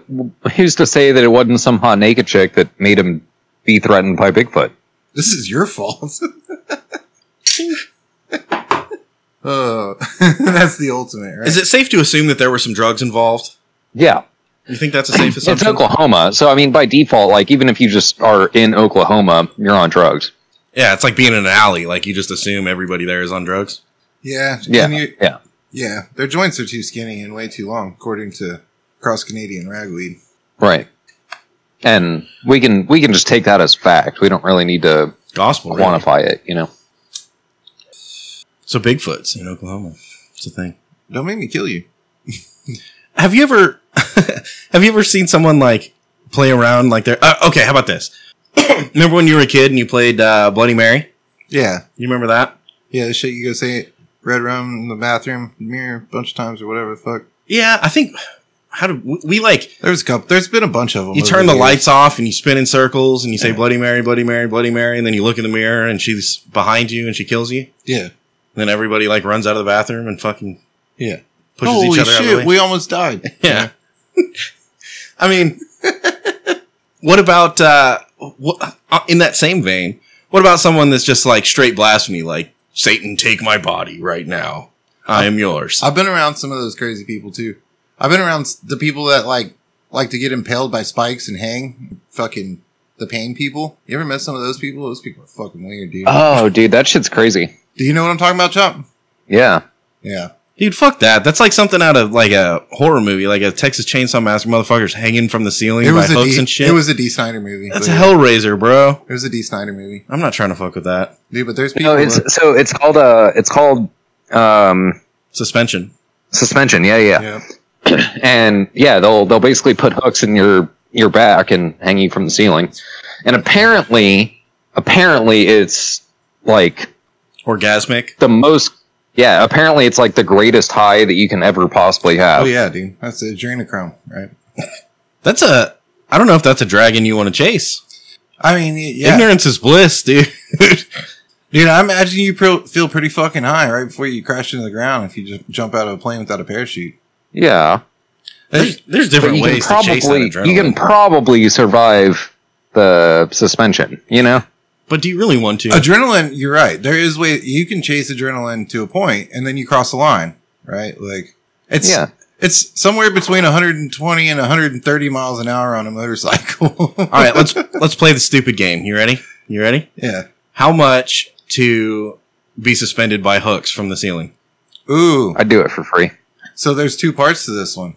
who's to say that it wasn't some hot naked chick that made him be threatened by Bigfoot? This is your fault. oh, <laughs> that's the ultimate, right? is it safe to assume that there were some drugs involved? Yeah, You think that's a <clears throat> safe it's assumption? Oklahoma, so I mean, by default, like even if you just are in Oklahoma, you're on drugs. Yeah, it's like being in an alley. Like you just assume everybody there is on drugs. Yeah, Yeah, and you- yeah. yeah. Their joints are too skinny and way too long, according to Cross Canadian Ragweed. Right. And we can we can just take that as fact. We don't really need to Gospel. really. quantify it, you know. So Bigfoot's in Oklahoma. It's a thing. Don't make me kill you. Have you ever <laughs> have you ever seen someone like play around like they're uh, okay? How about this? <clears throat> remember when you were a kid and you played uh, Bloody Mary? Yeah, You remember that? yeah. The shit you go say it red rum in the bathroom mirror a bunch of times or whatever the fuck. Yeah, I think. How do we, we like? There's a couple. There's been a bunch of them. you over turn the years. lights off and you spin in circles and you say Yeah. bloody mary bloody mary bloody mary and then you look in the mirror and she's behind you and she kills you and Yeah. then everybody like runs out of the bathroom and fucking Yeah. pushes Holy each other out of the way shit! We almost died. yeah <laughs> i mean what about uh what, uh, in that same vein what about someone that's just like straight blasphemy like satan take my body right now i am yours I've been around some of those crazy people too. I've been around s- the people that like like to get impaled by spikes and hang. Fucking the pain people. You ever met some of those people? Those people are Uh, fucking weird, dude. Oh, dude, that shit's crazy. Do you know what I'm talking about, Chop? Yeah. Yeah. Dude, fuck that. That's like something out of like a horror movie, like a Texas Chainsaw Massacre motherfuckers hanging from the ceiling It by was a hooks D, and shit. it was a D Snyder movie. That's a but- Hellraiser, bro. It was a D Snyder movie, I'm not trying to fuck with that. dude. But there's people. No, it's that- so it's called uh it's called um Suspension. suspension. Yeah, yeah, yeah. and yeah, they'll they'll basically put hooks in your your back and hang you from the ceiling, and apparently apparently it's like Orgasmic. the most yeah apparently it's like the greatest high that you can ever possibly have. Oh yeah, dude. That's adrenochrome, right? That's a. I don't know if that's a dragon you want to chase. I mean, yeah, Ignorance is bliss, dude. dude. I imagine you pro- feel pretty fucking high right before you crash into the ground if you just jump out of a plane without a parachute. yeah. There's, there's different But you ways can to chase that probably adrenaline. you can probably survive the suspension. You know, but do you really want to? Adrenaline. You're right. There is way you can chase adrenaline to a point, and then you cross the line, right? Like it's yeah. it's somewhere between 120 and 130 miles an hour on a <laughs> motorcycle. All right, let's <laughs> let's play the stupid game. You ready? You ready? yeah. How much to be suspended by hooks from the ceiling? Ooh. I'd do it for free. So there's two parts to this one.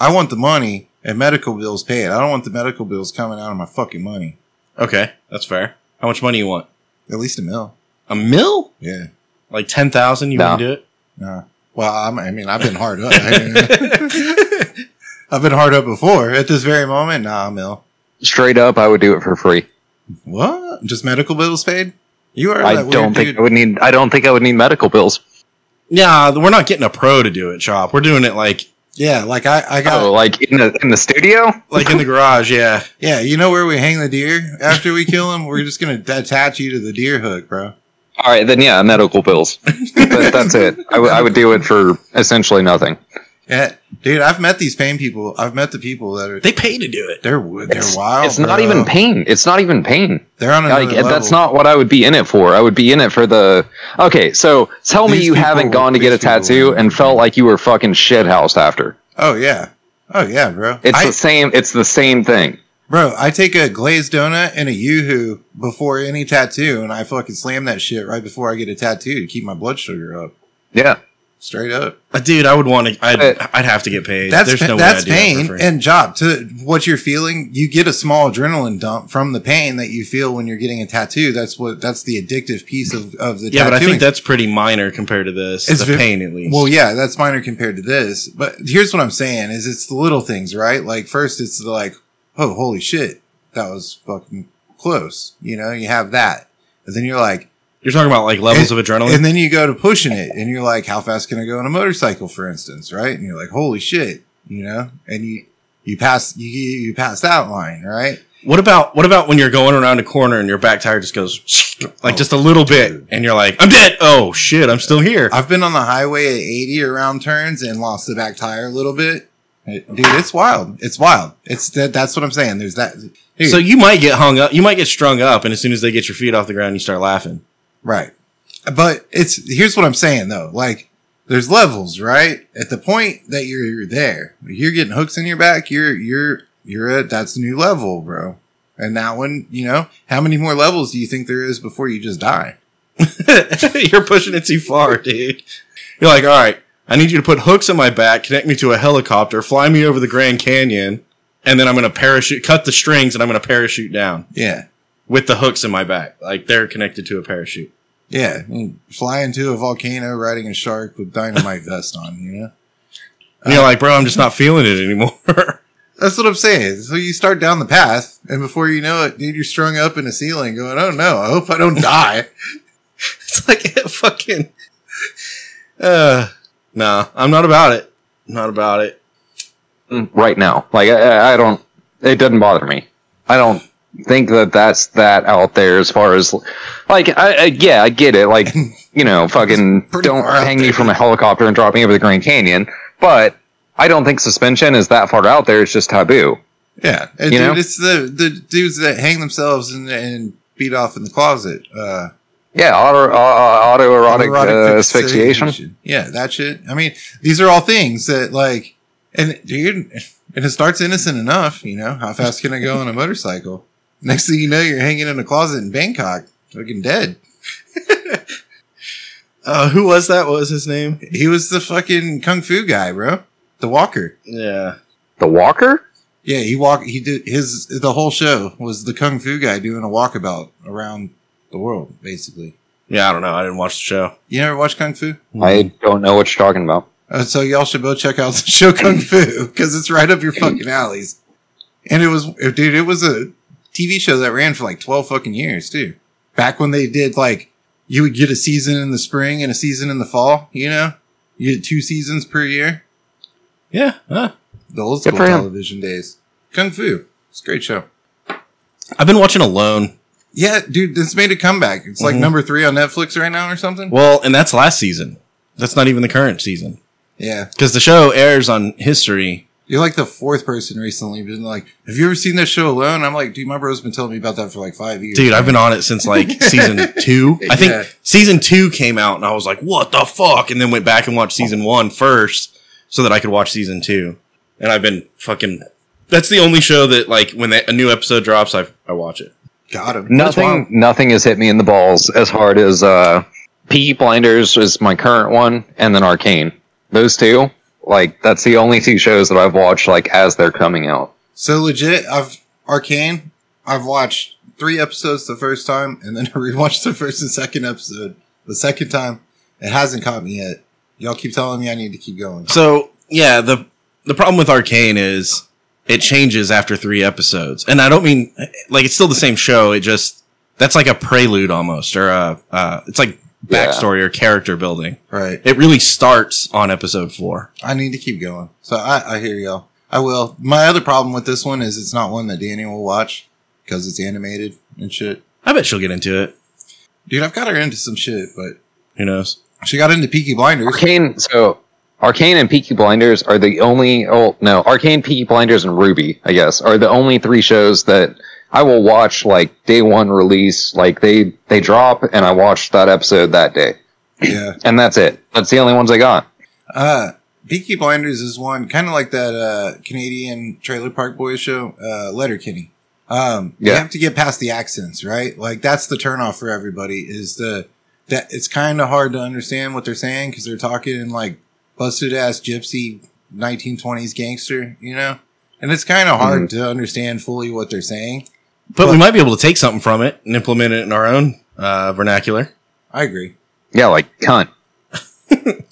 I want the money and medical bills paid. I don't want the medical bills coming out of my fucking money. Okay, that's fair. How much money you want? At least a mil. A mil? Yeah. Like ten thousand? You No. want to do it? Nah. Well, I'm, I mean, I've been hard up. <laughs> I've been hard up before. At this very moment, nah, mil. Straight up, I would do it for free. What? Just medical bills paid? You are. I that weird don't think dude. I would need. I don't think I would need medical bills. <laughs> nah, we're not getting a pro to do it, Chop. We're doing it like Yeah, like I, I got. Oh, like in the in the studio? like in the garage. Yeah, Yeah, you know where we hang the deer after we kill him? We're just gonna attach you to the deer hook, bro. All right, then yeah, <laughs> medical bills. but that's it. I would- I would do it for essentially nothing. Yeah, dude, I've met these pain people. I've met the people that are they pay to do it. they're wi- they're It's- wild. it's not bro. even pain. It's not even pain. They're on another Like level. that's not what I would be in it for. I would be in it for the okay. So tell me These you people haven't were- gone to get a these people tattoo were- and felt like you were fucking shit housed after. Oh yeah, oh yeah, bro. It's I, the same. It's the same thing. bro, I take a glazed donut and a yoo-hoo before any tattoo, and I fucking slam that shit right before I get a tattoo to keep my blood sugar up. Yeah. Straight up. Uh, Dude, I would want to. I'd, Uh, I'd have to get paid. That's There's pa- no that's way I'd do that pain for free. and job to what you're feeling. You get a small adrenaline dump from the pain that you feel when you're getting a tattoo. That's what that's the addictive piece of of the yeah, but I tattooing. think that's pretty minor compared to this. It's the ve- pain, at least. Well, yeah, that's minor compared to this. But here's what I'm saying is it's the little things, right? Like first it's the, like, oh, holy shit, that was fucking close. You know, you have that. And then you're like, you're talking about like levels of adrenaline. and then you go to pushing it and you're like, how fast can I go on a motorcycle, for instance, right? And you're like, holy shit, you know, and you, you pass, you, you pass that line, right? what about what about when you're going around a corner and your back tire just goes like Oh, just a little dude. bit, and you're like, I'm dead. Oh shit, I'm still here. I've been on the highway at 80 around turns and lost the back tire a little bit. It- Dude, it's wild. It's wild. It's that, that's what I'm saying. There's that. Dude, so you might get hung up. You might get strung up, and as soon as they get your feet off the ground, you start laughing. Right. But it's here's what I'm saying though. Like there's levels, right? At the point that you're, you're there, you're getting hooks in your back, you're you're you're at that's a new level, bro. And that one, you know, how many more levels do you think there is before you just die? <laughs> you're pushing it too far, dude. You're like, all right, I need you to put hooks in my back, connect me to a helicopter, fly me over the Grand Canyon, and then I'm gonna parachute, cut the strings, and I'm gonna parachute down Yeah. with the hooks in my back, like they're connected to a parachute. Yeah. I mean, fly into a volcano riding a shark with dynamite vest on, you know? And you're like, bro, I'm just not feeling it anymore. <laughs> That's what I'm saying. So you start down the path, and before you know it, dude, you're strung up in a ceiling going, Oh no, I hope I don't <laughs> die. it's like <laughs> a fucking. Uh, nah, I'm not about it. Not about it. Mm, Right now, like I, I- I don't. It doesn't bother me. I don't think that that's that out there as far as like I, I yeah I get it. <laughs> Like you know, fucking pretty don't far out hang me there. from a helicopter and drop me over the Grand Canyon. But I don't think suspension is that far out there. It's just taboo. Yeah, and You dude, know? it's the the dudes that hang themselves and, and beat off in the closet. Uh, Yeah, auto uh, autoerotic, autoerotic uh, asphyxiation. Yeah, that shit. I mean, these are all things that like, and dude, <laughs> and it starts innocent enough. You know, how fast can I go on a motorcycle? Next thing you know, you're hanging in a closet in Bangkok, fucking dead. Uh, who was that? What was his name? He was the fucking kung fu guy, bro. The walker. Yeah. The Walker? Yeah, he walked. He did his the whole show was the kung fu guy doing a walkabout around the world, basically. Yeah, I don't know. I didn't watch the show. You never watch kung fu? I don't know what you're talking about. Uh, so y'all should go check out <laughs> the show Kung Fu because it's right up your fucking alleys. And it was, dude, it was a TV show that ran for like 12 fucking years too. Back when they did like, you would get a season in the spring and a season in the fall, you know? You get two seasons per year. Yeah. huh. The old Good school for him. television days. Kung Fu. It's a great show. I've been watching Alone. Yeah, dude, this made a comeback. It's Mm-hmm. like Mhm. number three on Netflix right now or something. Well, and that's last season. That's not even the current season yeah. because the show airs on history. You're like the fourth person recently been like, have you ever seen that show alone? I'm like, dude, my bro's been telling me about that for like five years. Dude, I've been on it since like season two. I think Yeah. season two came out and I was like, what the fuck? And then went back and watched season one first so that I could watch season two. And I've been fucking. That's the only show that, like, when they, a new episode drops, I, I watch it. Got him. That's Nothing, wild. nothing has hit me in the balls as hard as uh, Peaky Blinders is my current one, and then Arcane. Those two, like that's the only two shows that I've watched like as they're coming out. So legit, I've Arcane. I've watched three episodes the first time, and then <laughs> I rewatched the first and second episode the second time. It hasn't caught me yet. Y'all keep telling me I need to keep going. So yeah, the the problem with Arcane is it changes after three episodes, and I don't mean like it's still the same show. It just that's like a prelude almost, or a uh, it's like Yeah. backstory or character building. Right, It really starts on episode four. I need to keep going. So I, I hear y'all. I will. My other problem with this one is it's not one that Danny will watch because it's animated and shit. I bet she'll get into it. Dude, I've got her into some shit, but Who knows? she got into Peaky Blinders. Arcane, so Arcane and Peaky Blinders are the only. Oh no, Arcane, Peaky Blinders, and Ruby, I guess, are the only three shows that I will watch like day one release. Like they they drop, and I watch that episode that day, yeah, and that's it. That's the only ones I got. Uh, Peaky Blinders is one kind of like that uh, Canadian Trailer Park Boys show, uh, Letterkenny. Um, You Yeah. have to get past the accents, right? Like that's the turnoff for everybody. Is the that it's kind of hard to understand what they're saying because they're talking in like busted ass gypsy 1920s gangster, you know. And it's kind of hard Mm-hmm. to understand fully what they're saying. But we Well- might be able to take something from it and implement it in our own uh, vernacular. I agree. Yeah, like cunt.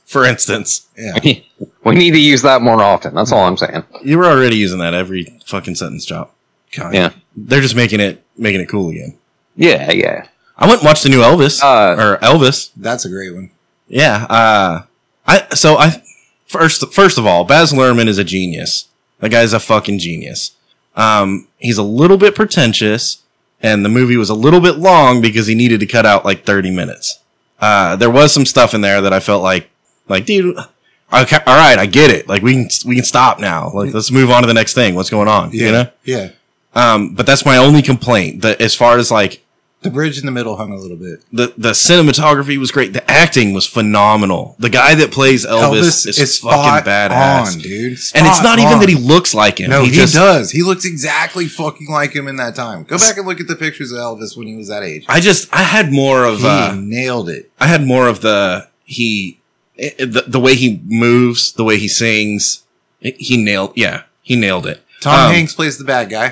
For instance, Yeah. <laughs> We need to use that more often. That's all I'm saying. you were already using that every fucking sentence job. Kind. Yeah. They're just making it making it cool again. Yeah, yeah. I went and watched the new Elvis Uh, or Elvis. That's a great one. Yeah. Uh, I so I first first of all, Baz Luhrmann is a genius. That guy's a fucking genius. Um, he's a little bit pretentious, and the movie was a little bit long because he needed to cut out like thirty minutes. Uh, there was some stuff in there that I felt like, like, dude, okay, all right, I get it. Like, we can we can stop now. Like, let's move on to the next thing. What's going on? Yeah. You know. Yeah. Um, but that's my only complaint. That as far as like The bridge in the middle hung a little bit. the the cinematography was great. The acting was phenomenal. The guy that plays Elvis, is, spot fucking badass, on, dude. and it's Spot not even on. that he looks like him. No, he, just, does. He looks exactly fucking like him in that time. Go back and look at the pictures of Elvis when he was that age. I just I had more of He uh, nailed it. I had more of the he eh, eh, the, the way he moves, the way he sings. Eh, He nailed yeah, he nailed it, Tom um, Hanks plays the bad guy.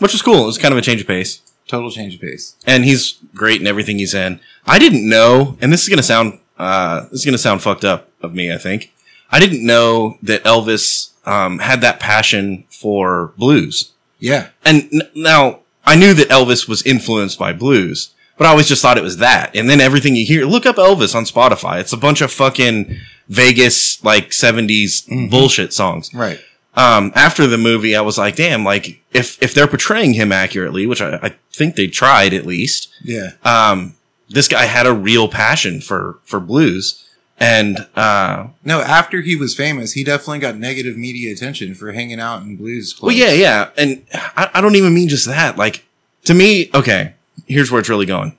which was cool. It was kind of a change of pace, Total change of pace. and he's great in everything he's in. I didn't know, and this is gonna sound uh, this is gonna sound fucked up of me. I think I didn't know that Elvis um, had that passion for blues. Yeah. And n- now I knew that Elvis was influenced by blues, but I always just thought it was that. And then everything you hear, look up Elvis on Spotify. It's a bunch of fucking Vegas like 70s Mhm. bullshit songs. Right. Um, after the movie, I was like, damn, like if, if they're portraying him accurately, which I, I think they tried at least, Yeah. um, this guy had a real passion for, for blues. And, uh, No, after he was famous, he definitely got negative media attention for hanging out in blues clubs. Well, yeah, yeah. And I, I don't even mean just that. Like, to me, okay, here's where it's really going.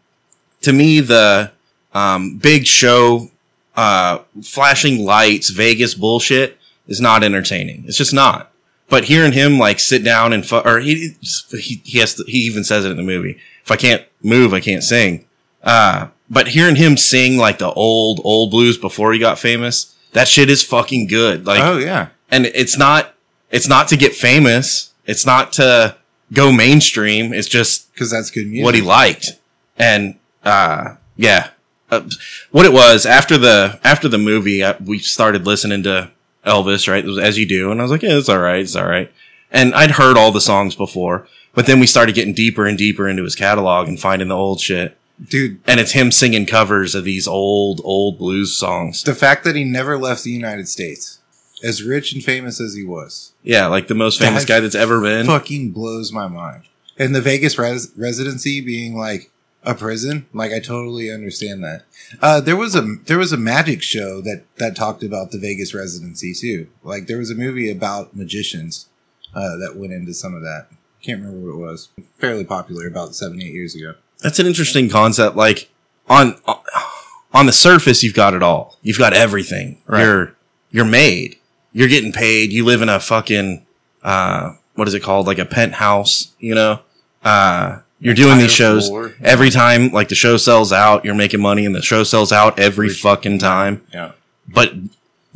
To me, the um, big show, uh, flashing lights, Vegas bullshit is not entertaining. It's just not. But hearing him like sit down and fu- or he he he has to, he even says it in the movie. If I can't move, I can't sing. Uh, but hearing him sing like the old old blues before he got famous, that shit is fucking good. Like, oh yeah, and it's not it's not to get famous. It's not to go mainstream. It's just because that's good music. what he liked. And uh, yeah, uh, what it was after the after the movie, I, we started listening to Elvis, right? As you do, and I was like, yeah, it's all right, it's all right. And I'd heard all the songs before, but then we started getting deeper and deeper into his catalog and finding the old shit. dude. And it's him singing covers of these old old blues songs. The fact that he never left the United States, as rich and famous as he was, Yeah, like the most famous That guy that's ever been. fucking blows my mind. And the Vegas res- residency being like a prison, like I totally understand that. Uh, there was a there was a magic show that that talked about the Vegas residency too. Like there was a movie about magicians uh, that went into some of that. Can't remember what it was. Fairly popular about seven eight years ago. that's an interesting concept. Like on on the surface, you've got it all. You've got everything. Right. You're you're made. You're getting paid. You live in a fucking uh, what is it called? Like a penthouse. You know. Uh, you're doing these shows Floor. every time. Like the show sells out, you're making money, and the show sells out every fucking time. Yeah. But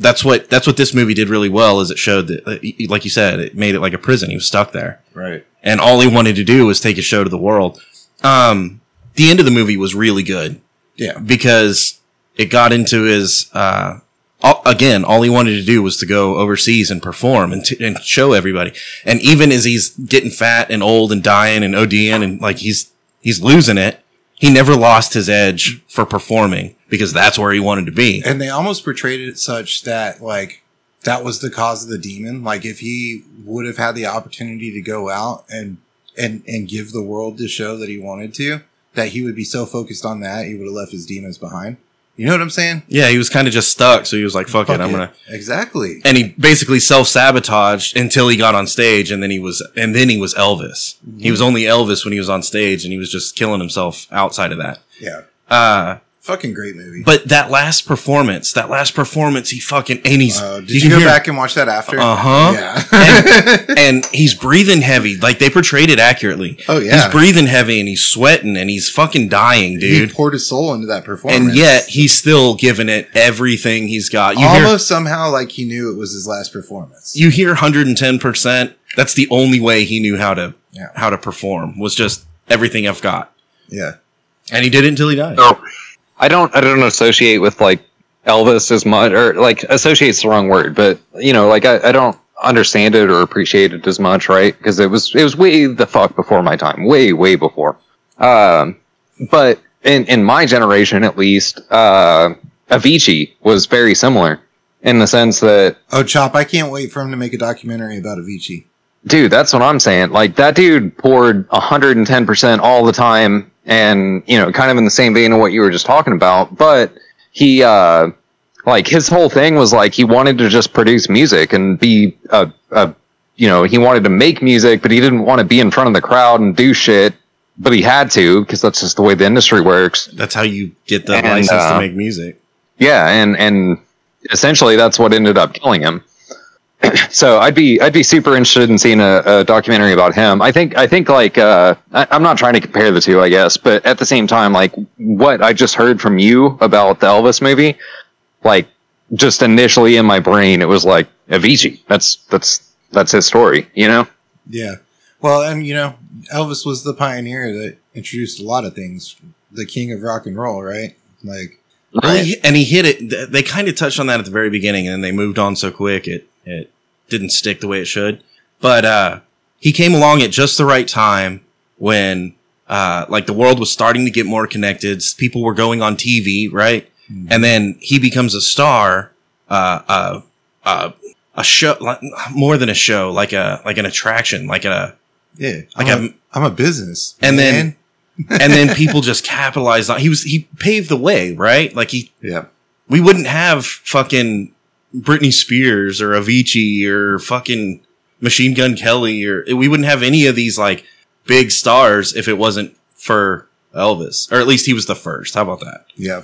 that's what that's what this movie did really well. Is it showed that, uh, y- like you said, it made it like a prison. He was stuck there Right. and all he wanted to do was take his show to the world. Um, the end of the movie was really good Yeah. because it got into his uh, all, again. All he wanted to do was to go overseas and perform and, t- and show everybody. And even as he's getting fat and old and dying and ODing and like he's he's losing it, he never lost his edge for performing because that's where he wanted to be. And they almost portrayed it such that like that was the cause of the demon. Like if he would have had the opportunity to go out and and and give the world the show that he wanted to, that he would be so focused on that he would have left his demons behind. You know what I'm saying? Yeah, he was kind of just stuck, so he was like, "Fuck, Fuck it, I'm it. gonna." exactly. and he basically self sabotaged until he got on stage, and then he was, and then he was Elvis. He was only Elvis when he was on stage, and he was just killing himself outside of that. Yeah, Uh, fucking great movie. but that last performance, that last performance, he fucking and he's uh, did you, go back and watch that after? uh huh, Yeah. and he's breathing heavy. Like they portrayed it accurately. oh He's yeah. breathing heavy and he's sweating and he's fucking dying, <laughs> He dude. poured his soul into that performance, And yet he's still giving it everything he's got. You hear, almost somehow like he knew it was his last performance. you hear 110%. That's the only way he knew how to yeah, how to perform was just everything I've got. yeah. And he did it until he died. Oh, I don't. I don't associate with like Elvis as much, or like associate's the wrong word, but you know, like I, I don't understand it or appreciate it as much, right? Because it was it was way the fuck before my time, way way before. Um, but in in my generation, at least, uh, Avicii was very similar in the sense that, Oh, Chop, I can't wait for him to make a documentary about Avicii. dude, that's what I'm saying. Like that dude poured 110 percent all the time, and you know, kind of in the same vein of what you were just talking about, but he uh like his whole thing was like he wanted to just produce music and be a, a you know he wanted to make music but he didn't want to be in front of the crowd and do shit but he had to because that's just the way the industry works That's how you get the And, license to uh, make music. yeah and and essentially that's what ended up killing him <clears throat> so i'd be i'd be super interested in seeing a, a documentary about him i think i think like uh I, i'm not trying to compare the two i guess but at the same time like what i just heard from you about the elvis movie like just initially in my brain it was like avicii that's that's that's his story you know Yeah. Well, and you know, Elvis was the pioneer that introduced a lot of things. The king of rock and roll, right? Like, Well, he- and he hit it. th- They kind of touched on that at the very beginning, and then they moved on so quick it it didn't stick the way it should. But uh, he came along at just the right time when uh, like the world was starting to get more connected. s- People were going on TV, right? Mhm. And then he becomes a star. Uh, uh, uh, a show like, more than a show, like a like an attraction, like a yeah, like I'm, a a, I'm a business. and then- Oh, man. and then people just capitalized on. He was he paved the way, right? Like he yeah, we wouldn't have fucking Britney Spears or Avicii or fucking Machine Gun Kelly or we wouldn't have any of these like big stars if it wasn't for Elvis or at least he was the first. How about that? yeah.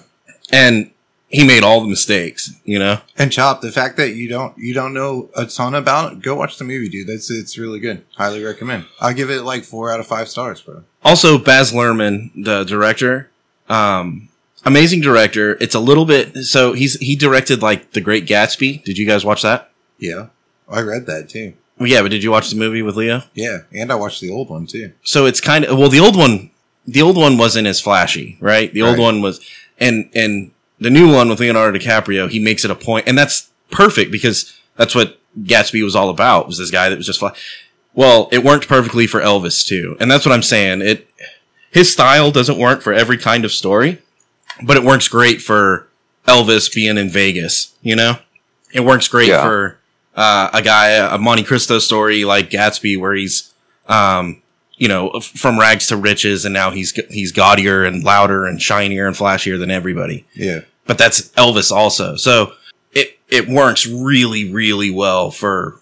And he made all the mistakes, you know. And Chop, the fact that you don't you don't know a ton about it, go watch the movie, dude. That's it's really good. Highly recommend. I'll give it like four out of five stars, bro. Also, Baz Luhrmann, the director, um, amazing director. It's a little bit so he's he directed like The Great Gatsby. Did you guys watch that? Yeah. I read that too. Well, yeah, but did you watch the movie with Leo? Yeah. And I watched the old one too. So it's kind of well the old one. The old one wasn't as flashy, right? The old Right. one was, and and the new one with Leonardo DiCaprio, he makes it a point, and that's perfect because that's what Gatsby was all about. Was this guy that was just fly? Well, it worked perfectly for Elvis too, and that's what I'm saying. It his style doesn't work for every kind of story, but it works great for Elvis being in Vegas. You know, it works great Yeah. for uh, a guy a Monte Cristo story like Gatsby, where he's um, you know f- from rags to riches, and now he's he's gaudier and louder and shinier and flashier than everybody. Yeah. But that's Elvis also, so it it works really really well for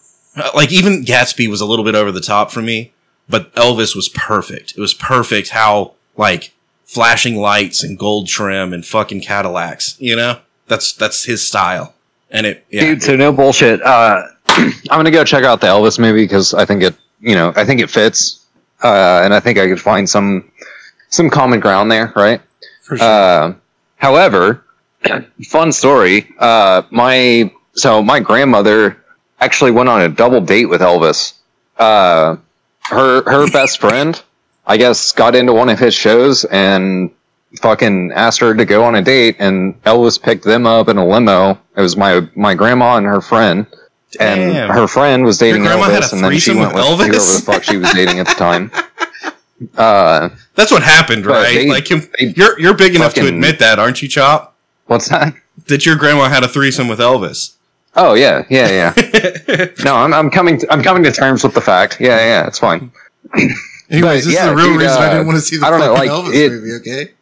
like even Gatsby was a little bit over the top for me, but Elvis was perfect. It was perfect how like flashing lights and gold trim and fucking Cadillacs, you know. That's that's his style, and it yeah. Dude, so no bullshit. Uh, <clears throat> I'm gonna go check out the Elvis movie because I think it, you know, I think it fits, uh, and I think I could find some some common ground there, right? For sure. Uh, however, <clears throat> fun story. Uh, my so my grandmother actually went on a double date with Elvis. Uh, her her best friend, I guess, got into one of his shows and fucking asked her to go on a date, and Elvis picked them up in a limo. It was my my grandma and her friend. And Damn. her friend was dating grandma had a Elvis, and then she threesome went with with whoever Elvis? the fuck she was dating at the <laughs> time. Uh, That's what happened, Bro, right? they- like him, they you're you're big enough to fucking- admit that, aren't you, Chop? what's that? That your grandma had a threesome with Elvis. Oh yeah, yeah, <laughs> yeah. no, I'm, I'm coming. To, I'm coming to terms with the fact. Yeah, yeah, it's fine. Anyways, this yeah, is the real dude, reason I uh, didn't want to see the I don't fucking know, like, Elvis it- movie,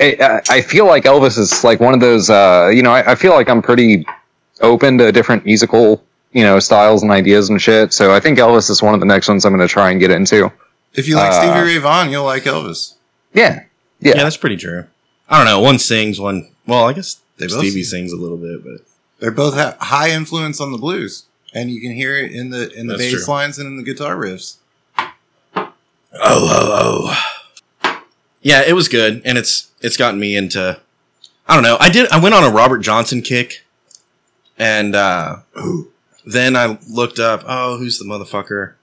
okay? I- I, I feel like Elvis is like one of those. Uh, you know, I, I feel like I'm pretty open to different musical, you know, styles and ideas and shit. So I think Elvis is one of the next ones I'm going to try and get into. If you like uh, Stevie Ray Vaughan, you'll like Elvis. Yeah, Yeah. Yeah. that's pretty true. I don't know. One sings, one. Well, I guess They both Stevie sing. sings a little bit, but They're both have high influence on the blues, and you can hear it in the in the That's bass true. lines and in the guitar riffs. oh, oh, oh. Yeah, it was good, and it's it's gotten me into. I don't know. I did. I went on a Robert Johnson kick, and uh then I looked up. Oh, who's the motherfucker?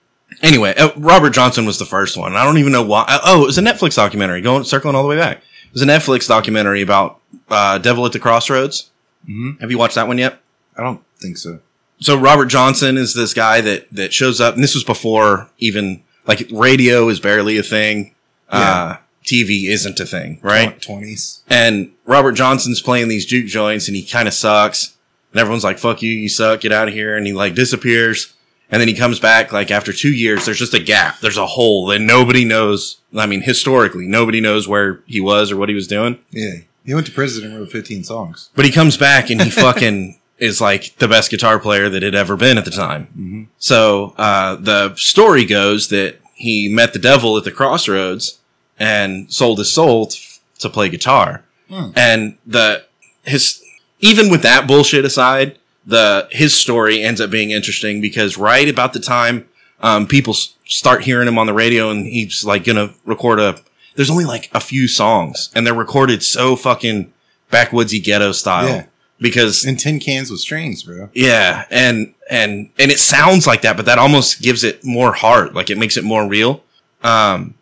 Anyway, uh, Robert Johnson was the first one. I don't even know why. uh, Oh, it was a Netflix documentary. Going circling all the way back. It was a Netflix documentary about uh, Devil at the Crossroads. Mm-hmm. Have you watched that one yet? I don't think so. so Robert Johnson is this guy that that shows up, and this was before even like radio is barely a thing. Uh, TV isn't a thing, right? twenties. And Robert Johnson's playing these juke joints and he kind of sucks. And everyone's like, fuck you, you suck, get out of here. And he like disappears. And then he comes back like after two years, there's just a gap. There's a hole and nobody knows. I mean, historically, nobody knows where he was or what he was doing. Yeah, he went to prison and wrote fifteen songs. But he comes back and he fucking is like the best guitar player that had ever been at the time. Mm-hmm. So uh, the story goes that he met the devil at the crossroads and sold his soul t- to play guitar. Hmm. And the his even with that bullshit aside, the his story ends up being interesting because right about the time um, people s- start hearing him on the radio and he's like gonna record a there's only like a few songs and they're recorded so fucking backwoodsy ghetto style Yeah. because And tin cans with strings, bro. yeah, and and and it sounds like that, but that almost gives it more heart. Like it makes it more real. Um.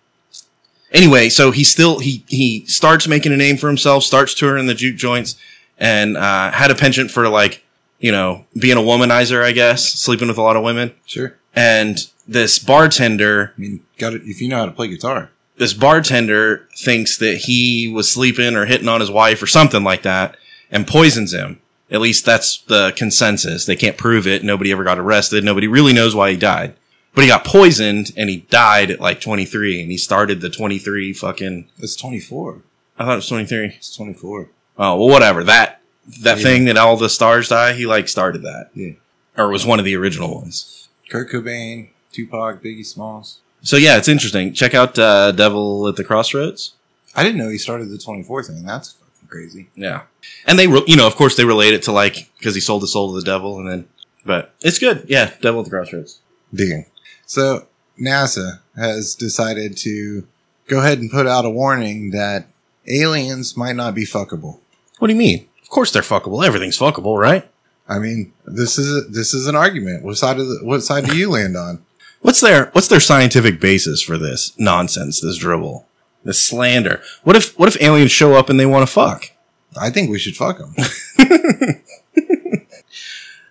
Anyway, so he still he he starts making a name for himself, starts touring the juke joints, and uh, had a penchant for like you know being a womanizer, I guess, sleeping with a lot of women. Sure. And this bartender, I mean, got it if you know how to play guitar. this bartender thinks that he was sleeping or hitting on his wife or something like that and poisons him. At least that's the consensus. They can't prove it. Nobody ever got arrested. Nobody really knows why he died. But he got poisoned and he died at like 23 and he started the 23 fucking, It's twenty four. I thought it was 23. It's twenty four. Oh, well, whatever. That, that Yeah. thing that all the stars die, he like started that. Yeah. Or was one of the original ones. Kurt Cobain, Tupac, Biggie Smalls. So yeah, it's interesting. Check out, uh, Devil at the Crossroads. I didn't know he started the twenty four thing. That's fucking crazy. Yeah. And they, re- you know, of course they relate it to like, because he sold his soul to the devil and then, but it's good. Yeah. Devil at the crossroads. digging. So NASA has decided to go ahead and put out a warning that aliens might not be fuckable. What do you mean? Of course they're fuckable. Everything's fuckable, right? I mean, this is this is an argument. What side of the, what side do you land on? What's their what's their scientific basis for this nonsense, this dribble, this slander? What if what if aliens show up and they want to fuck? I think we should fuck them.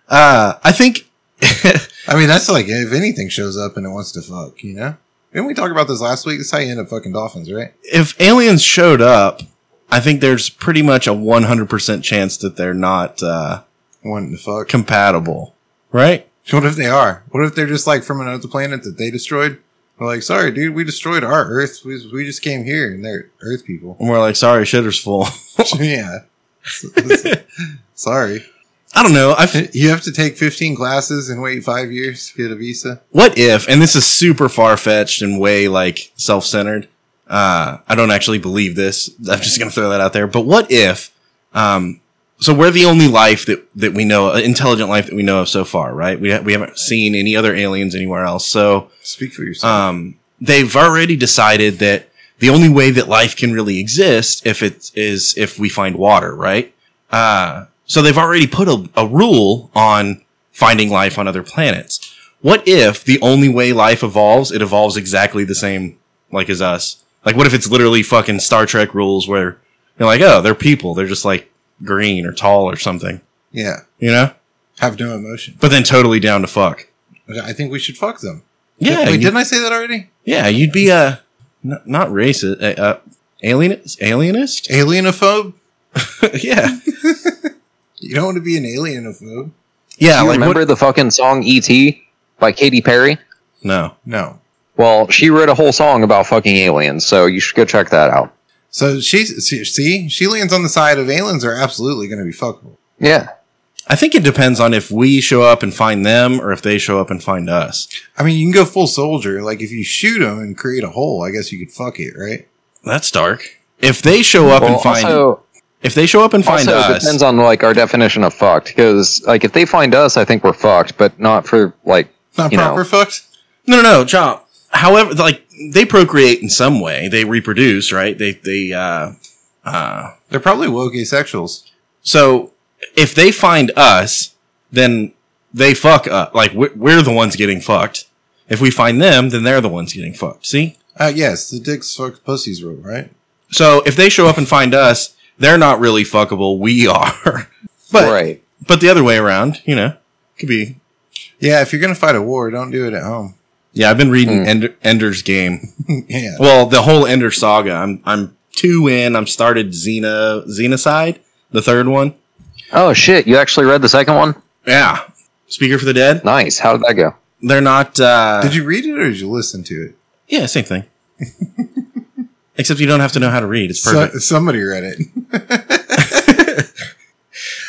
Uh, I think <laughs> I mean, that's like if anything shows up and it wants to fuck, you know. Didn't we talk about this last week? That's how you end up fucking dolphins, right? if aliens showed up, I think there's pretty much a 100% chance that they're not uh, Wanting to fuck. compatible, right? What if they are? What if they're just like from another planet that they destroyed? We're like, sorry, dude, we destroyed our Earth. We, we just came here and they're Earth people. And we're like, sorry, shitter's full. <laughs> <laughs> Oh, yeah. sorry. I don't know. I f- You have to take 15 classes and wait five years to get a visa. what if, and this is super far fetched and way like self centered. Uh, I don't actually believe this. I'm just going to throw that out there. But what if, um, so we're the only life that, that we know, uh, intelligent life that we know of so far, right? We, ha- we haven't seen any other aliens anywhere else. So, Speak for yourself. um, they've already decided that the only way that life can really exist if it is if we find water, right? Uh, so they've already put a, a rule on finding life on other planets. What if the only way life evolves, it evolves exactly the same like as us? Like what if it's literally fucking Star Trek rules where you're like, oh, they're people, they're just like green or tall or something, yeah. you know? Have no emotion. But then totally down to fuck. I think we should fuck them. Yeah, Wait, you- didn't I say that already? Yeah, you'd be a n- not racist, uh, uh, alienist, alienist. <laughs> Alienophobe? yeah, You don't want to be an alienophobe. yeah. you like remember what? the fucking song E.T. by Katy Perry? No, No. Well, she wrote a whole song about fucking aliens, so you should go check that out. So she's, see- see, she lands on the side of aliens are absolutely going to be fuckable. Yeah. I think it depends on if we show up and find them, or if they show up and find us. I mean, you can go full soldier. Like, if you shoot them and create a hole, I guess you could fuck it, right? That's dark. If they show up Well, and find, also, if they show up and find also us, depends on like our definition of fucked, because like if they find us, I think we're fucked, but not for like Not You know. proper fucked? no, no, no, chop. However, like they procreate in some way, they reproduce, right? They, they, uh, uh, They're probably woke asexuals. So if they find us, then they fuck up. Like we're, we're the ones getting fucked. If we find them, then they're the ones getting fucked. See? Uh, yes, the dicks fuck pussies rule, right? So if they show up and find us, they're not really fuckable. We <laughs> are. but right. but the other way around, you know, could be. Yeah, if you're going to fight a war, don't do it at home. <laughs> Yeah, I've been reading Hmm. Ender, Ender's Game. yeah. Well, the whole Ender saga. I'm I'm two in. I'm started Xena Xenocide, the third one. Oh shit, you actually read the second one? Yeah. Speaker for the Dead. Nice. How did that go? They're not. Uh, Did you read it or did you listen to it? Yeah, same thing. <laughs> Except you don't have to know how to read. It's So, perfect. somebody read it.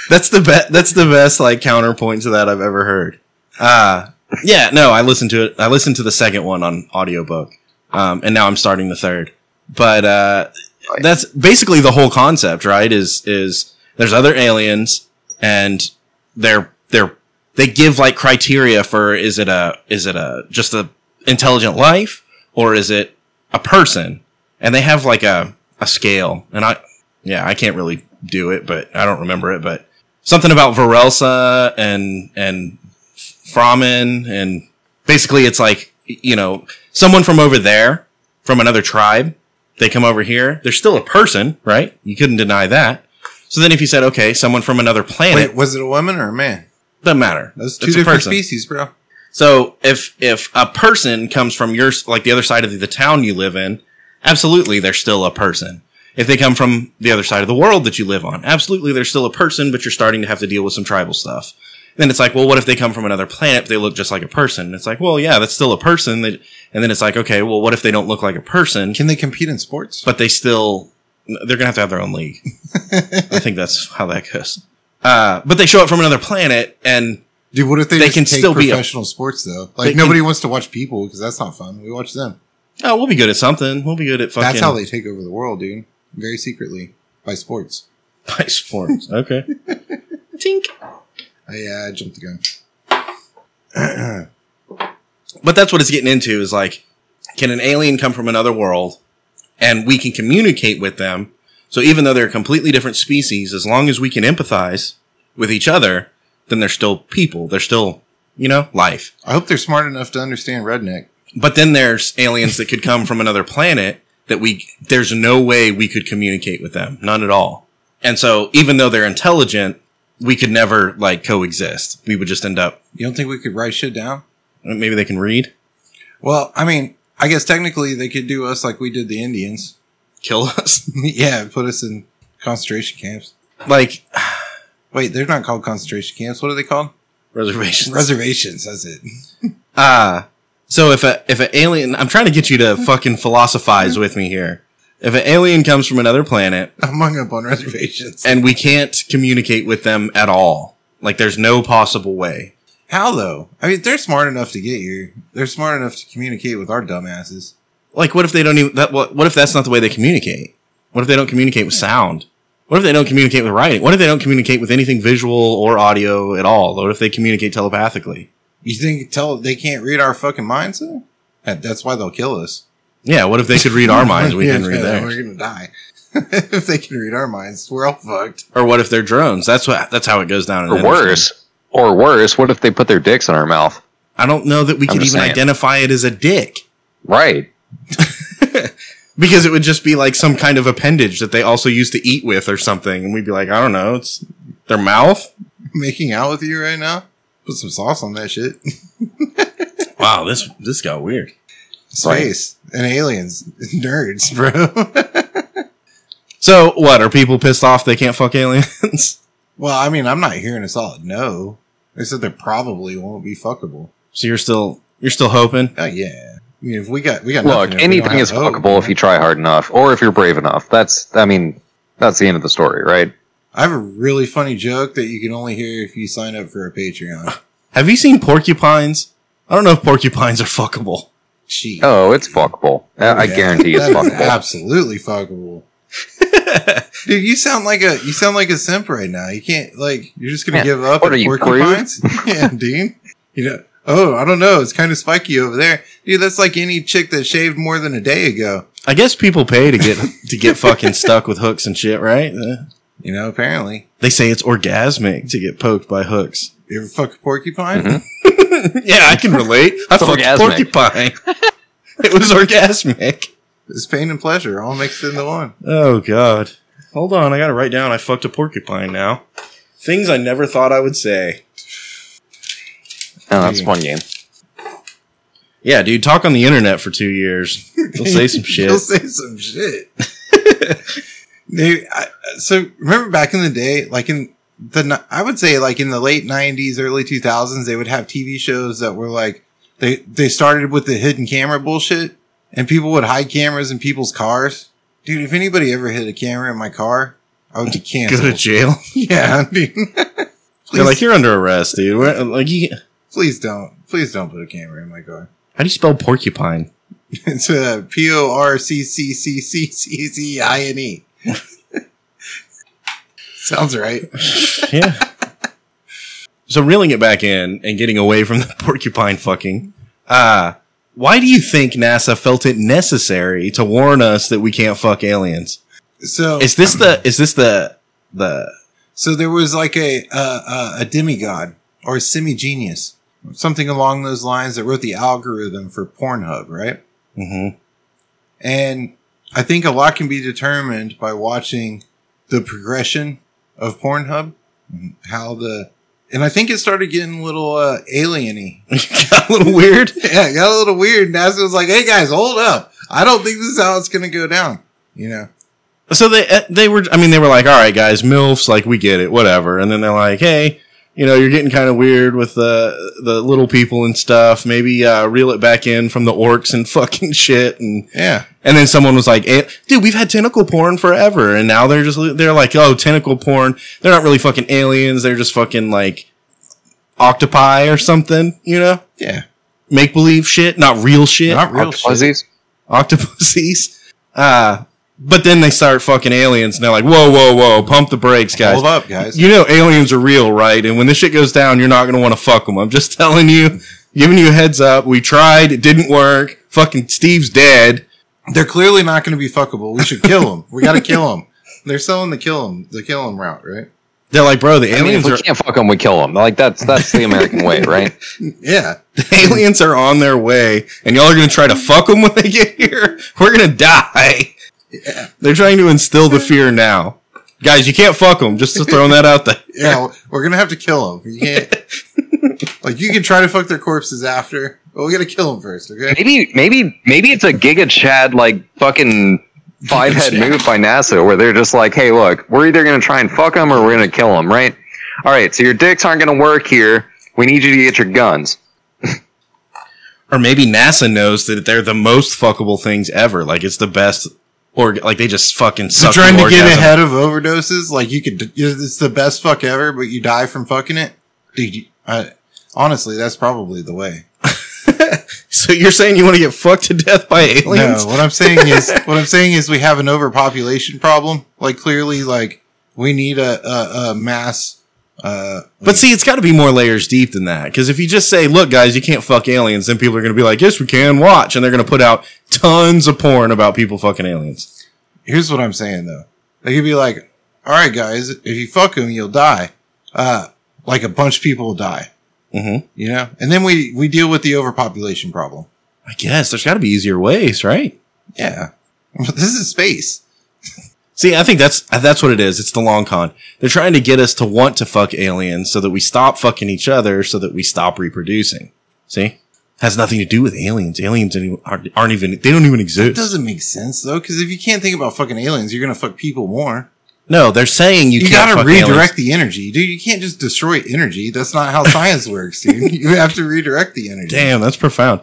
that's the best. That's the best like counterpoint to that I've ever heard. Uh yeah. No, I listened to it. I listened to the second one on audiobook, um, and now I'm starting the third. But uh, Right. that's basically the whole concept, right? Is is there's other aliens and they're they're they give like criteria for is it a is it a just a intelligent life or is it a person? And they have like a a scale, and I yeah I can't really do it, but I don't remember it, but something about Varelsa and and Framen and basically it's like you know someone from over there from another tribe they come over here they're still a person right you couldn't deny that so then if you said okay someone from another planet Wait, was it a woman or a man? doesn't matter Those two It's a different person. species, bro. So if if a person comes from your like the other side of the town you live in, absolutely they're still a person. If they come from the other side of the world that you live on, absolutely they're still a person, but you're starting to have to deal with some tribal stuff. Then it's like, well, what if they come from another planet? But they look just like a person. And it's like, well, yeah, that's still a person. That, and then it's like, okay, well, what if they don't look like a person, Can they compete in sports? but they still they're gonna have to have their own <laughs> league. I think that's how that goes. Uh, but they show up from another planet, and Dude, what if they, They just can take still be a- professional sports though? Like can- nobody wants to watch people because that's not fun. We watch them. oh, we'll be good at something. We'll be good at fucking. That's <laughs> how they take over the world, dude. Very secretly by sports. By sports. <laughs> Okay. Tink. I, yeah, I jumped the gun. But that's what it's getting into is like, can an alien come from another world and we can communicate with them, So even though they're completely different species, as long as we can empathize with each other, then they're still people. They're still, you know, life. I hope they're smart enough to understand redneck. But then there's aliens that could come from another planet that we there's no way we could communicate with them, none at all. And so even though they're intelligent, we could never like coexist. We would just end up You don't think we could write shit down? maybe they can read, Well, I mean, I guess technically they could do us like we did the Indians. kill <laughs> us. <laughs> yeah, put us in concentration camps. like Wait, they're not called concentration camps. What are they called? reservations. Reservations. That's it. <laughs> Ah. so if a if an alien I'm trying to get you to fucking philosophize with me here. If an alien comes from another planet I'm hung up on reservations. <laughs> and we can't communicate with them at all, like there's no possible way. How though? I mean, they're smart enough to get here. They're smart enough to communicate with our dumbasses. Like what if they don't even that what, what if that's not the way they communicate? What if they don't communicate with sound? What if they don't communicate with writing? What if they don't communicate with anything visual or audio at all? What if they communicate telepathically? You think tell they can't read our fucking minds? Though? That- That's why they'll kill us. Yeah, what if they could <laughs> read our minds? We Yeah, can read yeah, theirs. We're gonna die <laughs> if they can read our minds. We're all fucked. <laughs> Or what if they're drones? That's what that's how it goes down. in Or industry. worse, or worse, what if they put their dicks in our mouth? I don't know that we I'm could even just saying. identify it as a dick Right. because it would just be like some kind of appendage that they also used to eat with or something. And we'd be like, I don't know, it's their mouth. Making out with you right now. Put some sauce on that shit. <laughs> Wow, this this got weird. Space and aliens, <laughs> nerds, bro. <laughs> So what are people pissed off they can't fuck aliens? well, I mean, I'm not hearing a solid no. They said they probably won't be fuckable. so you're still you're still hoping. Oh yeah. I mean, if we got we got Look, nothing, if we don't anything have is hope, fuckable if you try hard enough, or if you're brave enough. That's, I mean, that's the end of the story, right? I have a really funny joke that you can only hear if you sign up for a <laughs> Patreon. Have you seen porcupines? I don't know if porcupines are fuckable. Jeez. Oh, it's fuckable. I- I Oh, Yeah. guarantee it's <laughs> That is fuckable. Absolutely <laughs> fuckable. Dude, you sound like a you sound like a simp right now. You can't like you're just gonna Man, give up what at are you, <laughs> porcupines? <laughs> yeah, Dean. You know oh, I don't know, it's kinda spiky over there. Dude, that's like any chick that shaved more than a day ago. I guess people pay to get to get fucking stuck with hooks and shit, right? Eh. You know, apparently. They say it's orgasmic to get poked by hooks. You ever fuck a porcupine? Mm-hmm. Mhm. yeah, I can relate. I It's fucked orgasmic. porcupine. <laughs> it was orgasmic. It's pain and pleasure all mixed into one. Oh god. Hold on, I gotta write down I fucked a porcupine now. Things I never thought I would say. No, that's one game. Yeah, dude, talk on the internet for two years. <laughs> You'll <laughs> say some He'll shit. say some shit. <laughs> Dude, I, so remember back in the day, like in the, ni- I would say like in the late '90s, early 2000s, they would have TV shows that were like they they started with the hidden camera bullshit, and people would hide cameras in people's cars. Dude, if anybody ever hid a camera in my car, I would be Go to canceled. jail. <laughs> yeah, I mean, They're please, like, you're under arrest, dude. Where, like, you, <laughs> please don't, please don't put a camera in my car. how do you spell porcupine? It's uh, P O R C C C C C C I N E. <laughs> Sounds right. yeah. <laughs> So reeling it back in and getting away from the <laughs> porcupine fucking. Uh, why do you think NASA felt it necessary to warn us that we can't fuck aliens? So, Is this the is this the the so there was like a uh, uh, a demigod or a semi genius, something along those lines that wrote the algorithm for Pornhub, right? mm-hmm. <laughs> And I think a lot can be determined by watching the progression of Pornhub, how the, and I think it started getting a little uh, alieny got a little weird? yeah, it got a little weird. NASA was like, "Hey guys, hold up! I don't think this is how it's going to go down." You know, So they eh, they were I mean they were like all right guys milfs like we get it whatever and then they're like hey you know you're getting kind of weird with the the little people and stuff maybe uh, reel it back in from the orcs and <laughs> fucking shit and yeah, and then someone was like eh, dude we've had tentacle porn forever and now they're just they're like oh tentacle porn they're not really fucking aliens they're just fucking like octopi or something you know yeah, make believe shit not real shit not real Oh, shit. Octopuses? octopuses. Uh, but then they start fucking aliens and they're like, whoa, whoa, whoa, pump the brakes, guys. Hold up, guys. You know aliens are real, right? And when this shit goes down, you're not going to want to fuck them. I'm just <laughs> telling you, giving you a heads up. We tried, it didn't work. Fucking Steve's dead. They're clearly not going to be fuckable. We should kill them. We got to kill them. They're selling the kill 'em, the kill 'em route, right? They're like, bro, the I mean, if aliens we are can't fuck them, we kill them. Like that's that's the American way, right? Yeah, the <laughs> aliens are on their way, and y'all are gonna try to fuck them when they get here. We're gonna die. Yeah. They're trying to instill the fear now, guys. You can't fuck them. Just throwing that out there. yeah. we're gonna have to kill them. You can't. like you can try to fuck their corpses after, but we gotta kill them first. Okay. Maybe maybe maybe it's a Giga Chad like fucking five head Chad. move by NASA where they're just like, hey, look, we're either gonna try and fuck them or we're gonna kill them, right? All right, so your dicks aren't gonna work here. We need you to get your guns. <laughs> Or maybe NASA knows that they're the most fuckable things ever. Like it's the best. Or like they just fucking So suck. trying the to get orgasm. ahead of overdoses, like you could, it's the best fuck ever, but you die from fucking it. Dude, you, I, honestly, that's probably the way. So you're saying you want to get fucked to death by aliens? No, what I'm saying is, what I'm saying is, we have an overpopulation problem. Like clearly, like we need a a, a mass. Uh, But see, it's got to be more layers deep than that. Because if you just say, "Look, guys, you can't fuck aliens," then people are going to be like, "Yes, we can." Watch, and they're going to put out tons of porn about people fucking aliens. here's what I'm saying though. They could be like, all right, guys, if you fuck them, you'll die. Uh, like a bunch of people will die, Mm-hmm. you know? And then we, we deal with the overpopulation problem. I guess there's got to be easier ways, right? Yeah. this is space. See, I think that's that's what it is. It's the long con. They're trying to get us to want to fuck aliens so that we stop fucking each other, so that we stop reproducing. See, has nothing to do with aliens. Aliens aren't, aren't even they don't even It exist. doesn't make sense though, because if you can't think about fucking aliens, you're going to fuck people more. no, they're saying you, You, can't gotta fuck aliens. redirect the energy, dude. You can't just destroy energy. That's not how science works, dude. <laughs> You have to redirect the energy. Damn, that's profound.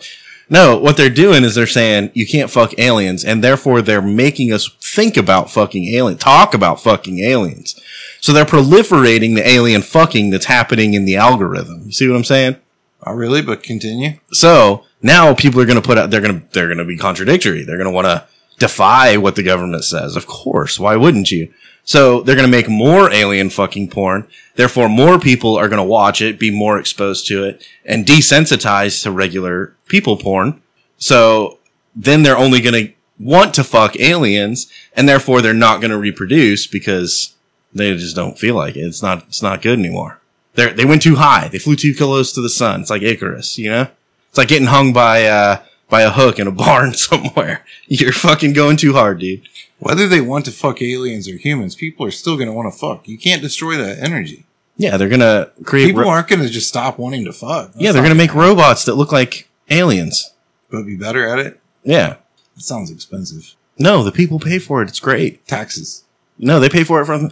No, what they're doing is they're saying you can't fuck aliens, and therefore they're making us think about fucking alien, talk about fucking aliens. So they're proliferating the alien fucking that's happening in the algorithm. You see what I'm saying? Oh, really? But continue. So now people are going to put out, they're going to, they're going to be contradictory. They're going to want to defy what the government says. Of course. Why wouldn't you? So they're going to make more alien fucking porn. Therefore, more people are going to watch it, be more exposed to it and desensitized to regular people porn. So then they're only going to want to fuck aliens and therefore they're not going to reproduce because they just don't feel like it. It's not, it's not good anymore. They're, they went too high. They flew too close to the sun. It's like Icarus, you know? It's like getting hung by uh by a hook in a <laughs> barn somewhere. You're fucking going too hard, dude. Whether they want to fuck aliens or humans, people are still gonna want to fuck. You can't destroy that energy. Yeah, they're gonna create. People ro- aren't gonna just stop wanting to fuck. yeah, they're gonna make robots that look like aliens. but be better at it. Yeah. That sounds expensive. No, the people pay for it. It's great. Taxes. No, they pay for it from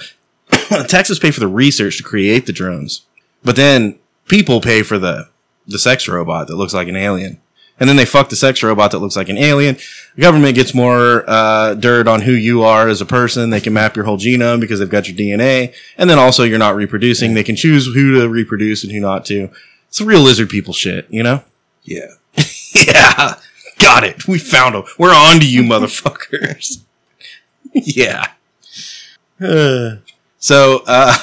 <coughs> Texas. Pay for the research to create the drones, but then people pay for the the sex robot that looks like an alien, and then they fuck the sex robot that looks like an alien. The government gets more uh, dirt on who you are as a person. They can map your whole genome because they've got your DNA, and then also you're not reproducing. They can choose who to reproduce and who not to. It's real lizard people shit, you know. Yeah. <laughs> Yeah. Got it. We found him. We're on to you, motherfuckers. <laughs> <sighs> yeah. Uh, so, uh,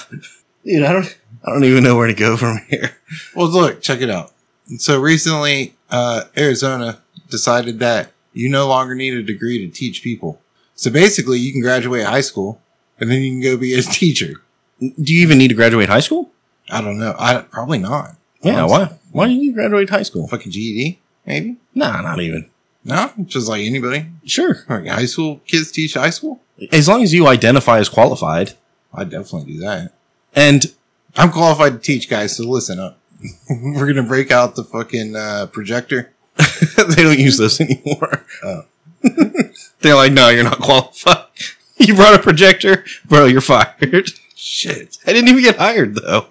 dude, I don't, I don't even know where to go from here. Well, look, check it out. So recently, uh, Arizona decided that you no longer need a degree to teach people. So basically, you can graduate high school and then you can go be a <laughs> teacher. Do you even need to graduate high school? I don't know. I probably not. Yeah. Honestly. Why? Why do you need to graduate high school? Fucking GED, maybe? Nah, not even. No, just like anybody. Sure. Like high school kids teach high school. As long as you identify as qualified, I definitely do that. and I'm qualified to teach, guys. So listen up. <laughs> We're gonna break out the fucking uh, projector. <laughs> they don't use those anymore. <laughs> Oh. <laughs> They're like, no, you're not qualified. <laughs> You brought a projector, bro. You're fired. Shit. I didn't even get <laughs> hired though.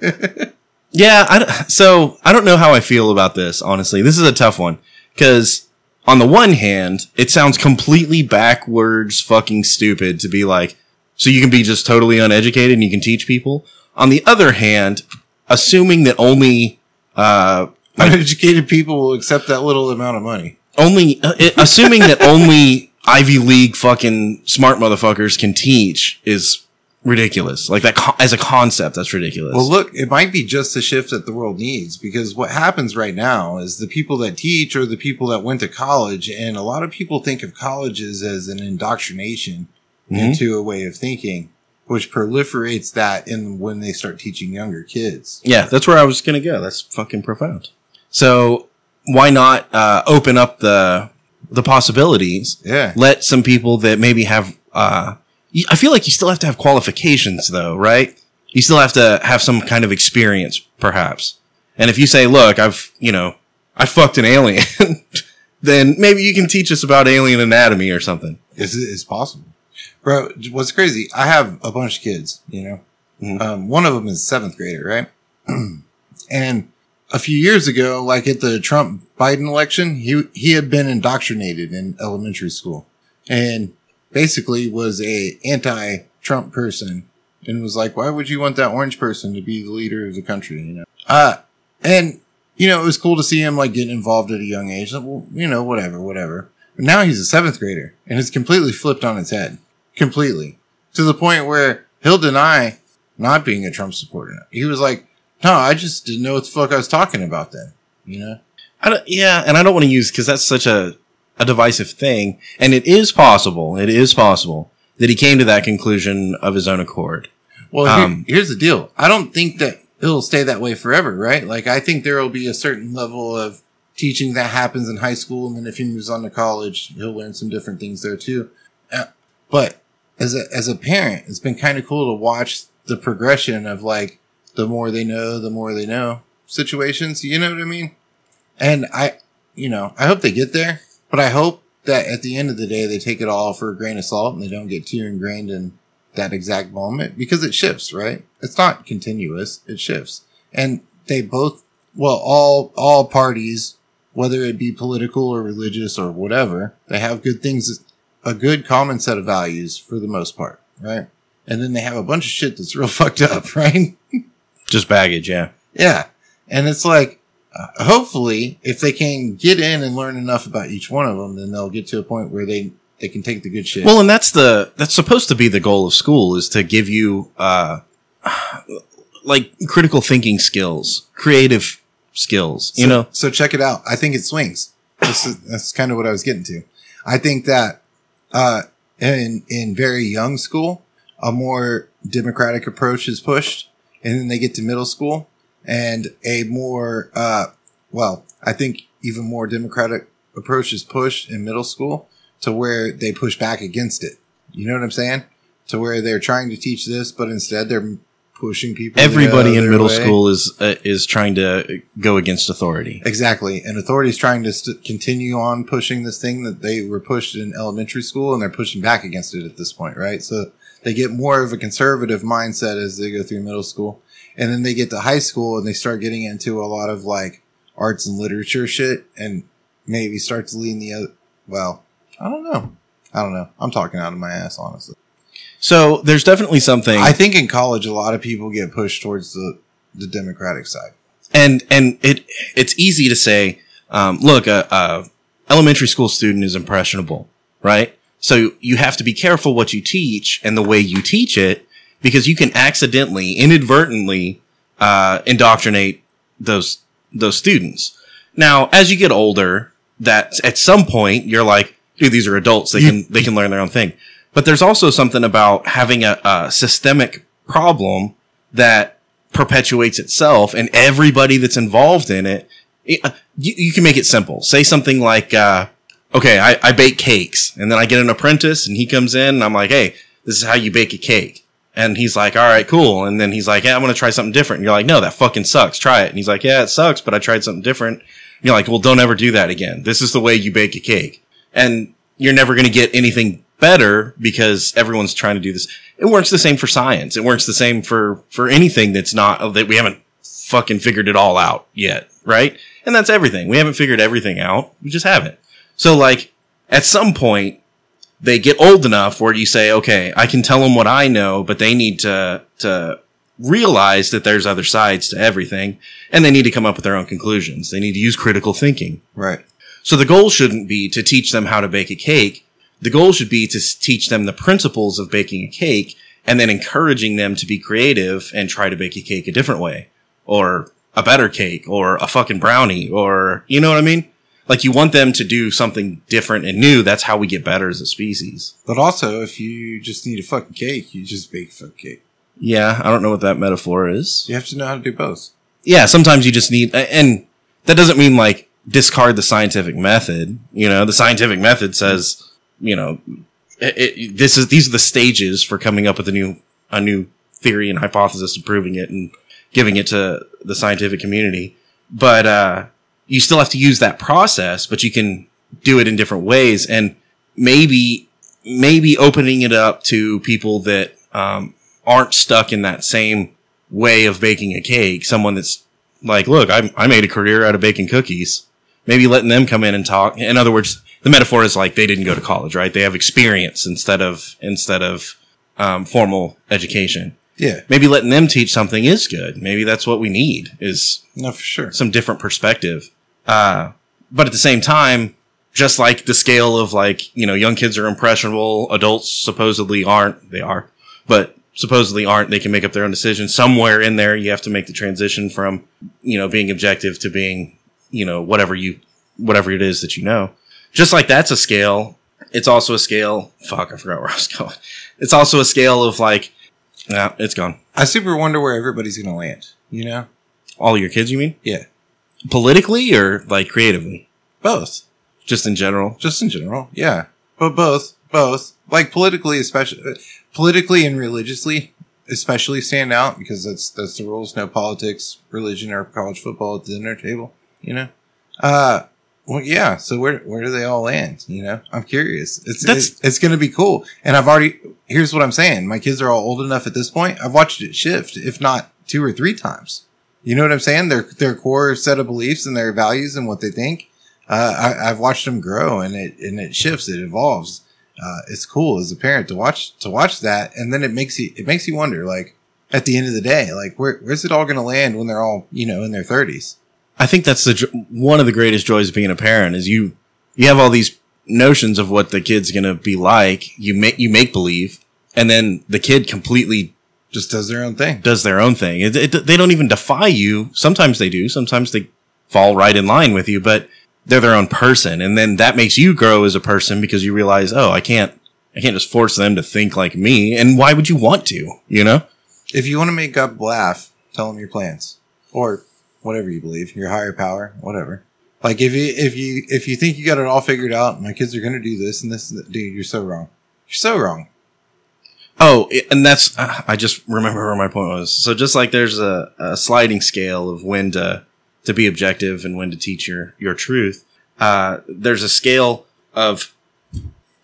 yeah, I don't- so I don't know how I feel about this. Honestly, this is a tough one because on the one hand, it sounds completely backwards, fucking stupid to be like, so you can be just totally uneducated and you can teach people. On the other hand, assuming that only uh, Uneducated people will accept that little amount of money. only uh, it- assuming that only Ivy League fucking smart motherfuckers can teach is ridiculous. Like that co- as a concept, that's ridiculous. Well, look, it might be just the shift that the world needs because what happens right now is the people that teach are the people that went to college, and a lot of people think of colleges as an indoctrination Mhm. into a way of thinking. which proliferates that in when they start teaching younger kids. Yeah, that's where I was gonna go. That's fucking profound. So why not uh, open up the the possibilities? Yeah. Let some people that maybe have. Uh, y- I feel like you still have to have qualifications, though, right? You still have to have some kind of experience, perhaps. And if you say, "Look, I've you know, I fucked an alien," <laughs> then maybe you can teach us about alien anatomy or something. It's, it's possible. Bro, what's crazy? I have a bunch of kids, you know? Mhm. Um, one of them is seventh grader, right? <clears throat> and a few years ago, like at the Trump Biden election, he, he had been indoctrinated in elementary school and basically was a anti Trump person and was like, why would you want that orange person to be the leader of the country? You know? Uh, and you know, it was cool to see him like getting involved at a young age. Like, Well, you know, whatever, whatever. But now he's a seventh grader and it's completely flipped on its head. Completely. To the point where he'll deny not being a Trump supporter. He was like, no, I just didn't know what the fuck I was talking about then. You know? I don't, yeah, and I don't want to use because that's such a, a divisive thing. And it is possible, it is possible that he came to that conclusion of his own accord. Well, here- Um, here's the deal. I don't think that it'll stay that way forever, right? Like, I think there will be a certain level of teaching that happens in high school, and then if he moves on to college, he'll learn some different things there too. Uh, but as a as a parent, it's been kind of cool to watch the progression of like the more they know, the more they know situations. You know what I mean? And I, you know, I hope they get there, but I hope that at the end of the day, they take it all for a grain of salt and they don't get too ingrained in that exact moment because it shifts, right? It's not continuous. It shifts. And they both, well, all, all parties, whether it be political or religious or whatever, they have good things, a good common set of values for the most part, right? And then they have a bunch of shit that's real <laughs> fucked up, right? Just baggage, yeah. Yeah. And it's like, uh, hopefully, if they can get in and learn enough about each one of them, then they'll get to a point where they, they can take the good shit. Well, and that's the that's supposed to be the goal of school is to give you uh like critical thinking skills, creative skills, you So- know. So check it out. I think it swings. This is, that's kind of what I was getting to. I think that uh, in in very young school, a more democratic approach is pushed, and then they get to middle school, and a more uh, well, I think even more democratic approach is pushed in middle school to where they push back against it. You know what I'm saying? To where they're trying to teach this, but instead they're pushing people. to go Everybody in their middle way. school is uh, is trying to go against authority. Exactly. And authorities trying to st- continue on pushing this thing that they were pushed in elementary school and they're pushing back against it at this point, right? So they get more of a conservative mindset as they go through middle school. And then they get to high school and they start getting into a lot of like arts and literature shit and maybe start to lean the other. Well, I don't know. I don't know. I'm talking out of my ass, honestly. So there's definitely something I think in college, a lot of people get pushed towards the, the Democratic side. and and it it's easy to say, um, look, a, a elementary school student is impressionable, right? So you have to be careful what you teach and the way you teach it, because you can accidentally, inadvertently, uh, indoctrinate those those students. Now, as you get older, that at some point you're like, dude, these are adults; they You- can they can learn their own thing. But there's also something about having a, a systemic problem that perpetuates itself and everybody that's involved in it. it- uh, you, you can make it simple. Say something like, uh, okay, I, I bake cakes and then I get an apprentice and he comes in and I'm like, hey, this is how you bake a cake. And he's like, all right, cool. And then he's like, yeah, I'm going to try something different. And you're like, no, that fucking sucks. Try it. And he's like, yeah, it sucks, but I tried something different. And you're like, well, don't ever do that again. This is the way you bake a cake. And you're never going to get anything better because everyone's trying to do this. It works the same for science. It works the same for, for anything that's not, that we haven't fucking figured it all out yet. Right. And that's everything. We haven't figured everything out. We just haven't. So like at some point, they get old enough where you say, okay, I can tell them what I know, but they need to, to realize that there's other sides to everything and they need to come up with their own conclusions. They need to use critical thinking. Right. So the goal shouldn't be to teach them how to bake a cake. The goal should be to s- teach them the principles of baking a cake and then encouraging them to be creative and try to bake a cake a different way or a better cake or a fucking brownie or, you know what I mean? Like you want them to do something different and new. That's how we get better as a species. But also, if you just need a fucking cake, you just bake a fucking cake. Yeah, I don't know what that metaphor is. You have to know how to do both. yeah, sometimes you just need, a- and that doesn't mean like discard the scientific method. You know, the scientific method says, you know, it, it, this is these are the stages for coming up with a new a new theory and hypothesis and proving it and giving it to the scientific community. But uh, you still have to use that process, but you can do it in different ways, and maybe maybe opening it up to people that um, aren't stuck in that same way of baking a cake. Someone that's like, look, I, I made a career out of baking cookies. Maybe letting them come in and talk. In other words, the metaphor is like they didn't go to college, right? They have experience instead of instead of um, formal education. Yeah, Maybe letting them teach something is good. Maybe that's what we need is no, for sure. some different perspective. Uh, but at the same time, just like the scale of like, you know, young kids are impressionable, adults supposedly aren't, they are, but supposedly aren't, they can make up their own decisions. Somewhere in there, you have to make the transition from, you know, being objective to being, you know, whatever you, whatever it is that you know. Just like that's a scale, it's also a scale. Fuck, I forgot where I was <laughs> going. It's also a scale of like, nah, it's gone. I super wonder where everybody's gonna land. You know, All your kids, you mean? Yeah. Politically or like creatively? both, just in general. just in general. Yeah, but both, both, like politically, especially politically and religiously, especially stand out because that's that's the rules. No politics, religion, or college football at the dinner table. You know. Uh, well, yeah. So where where do they all land? You know, I'm curious. It's That's- it's, it's gonna be cool. And I've already here's what I'm saying. My kids are all old enough at this point. I've watched it shift, if not two or three times. You know what I'm saying? Their their core set of beliefs and their values and what they think. Uh, I, I've watched them grow, and it and it shifts. It evolves. Uh, it's cool as a parent to watch to watch that, and then it makes you it makes you wonder, like at the end of the day, like where where's it all going to land when they're all you know in their thirties? I think that's the jo- one of the greatest joys of being a parent is you you have all these notions of what the kid's going to be like. You make you make believe, and then the kid completely Just does their own thing. does their own thing. It, it, they don't even defy you. Sometimes they do. Sometimes they fall right in line with you, but they're their own person, and then that makes you grow as a person because you realize, oh, I can't. I can't just force them to think like me. And why would you want to? You know? If you want to make God laugh, tell him your plans or whatever you believe, your higher power, whatever. Like if you if you if you think you got it all figured out, my kids are going to do this and this, and that," dude, you're so wrong. You're so wrong. Oh, i- and that's uh, I just remember where my point was. So just like there's a, a sliding scale of when to to be objective and when to teach your your truth, uh, there's a scale of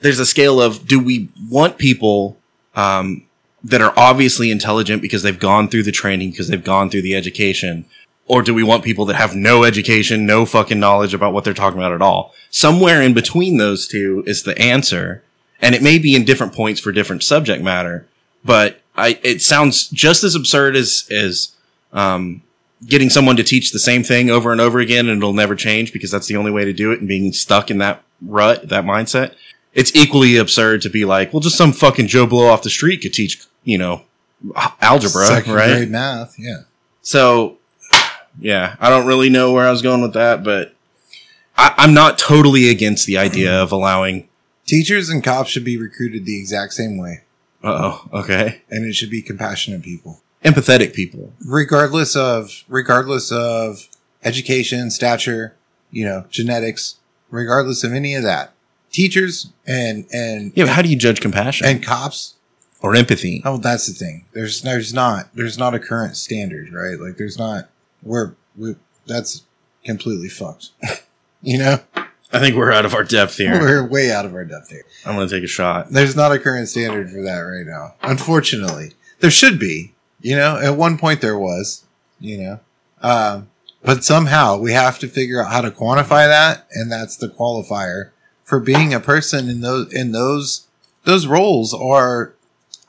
there's a scale of do we want people um, that are obviously intelligent because they've gone through the training because they've gone through the education, or do we want people that have no education, no fucking knowledge about what they're talking about at all? Somewhere in between those two is the answer and it may be in different points for different subject matter, but I it sounds just as absurd as as um, getting someone to teach the same thing over and over again and it'll never change because that's the only way to do it and being stuck in that rut, that mindset. It's equally absurd to be like, well, just some fucking Joe Blow off the street could teach, you know, algebra, Second right? grade math, yeah. So, yeah, I don't really know where I was going with that, but I, I'm not totally against the idea of allowing. Teachers and cops should be recruited the exact same way, Oh, okay. and it should be compassionate people. Empathetic people. regardless of regardless of education, stature, you know, genetics, regardless of any of that, teachers and and Yeah, but how do you judge compassion and cops. or empathy? Oh, that's the thing. There's there's not there's not a current standard, right? Like there's not we're we that's completely fucked. <laughs> you know, I think we're out of our depth here. we're way out of our depth here. I'm going to take a shot. There's not a current standard for that right now. Unfortunately, there should be. You know, at one point there was. You know, um, but somehow we have to figure out how to quantify that, and that's the qualifier for being a person in those in those those roles are,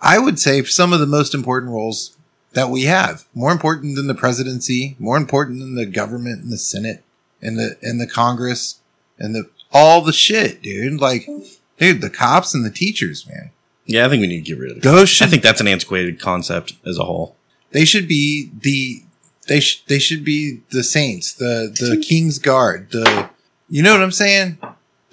I would say, some of the most important roles that we have. More important than the presidency. More important than the government and the senate and the and the Congress and the all the shit, dude. Like dude, the cops and the teachers, man. Yeah, I think we need to get rid of it. Those should I think that's an antiquated concept as a whole. they should be the they sh- they should be the saints, the the king's guard, the You know what I'm saying?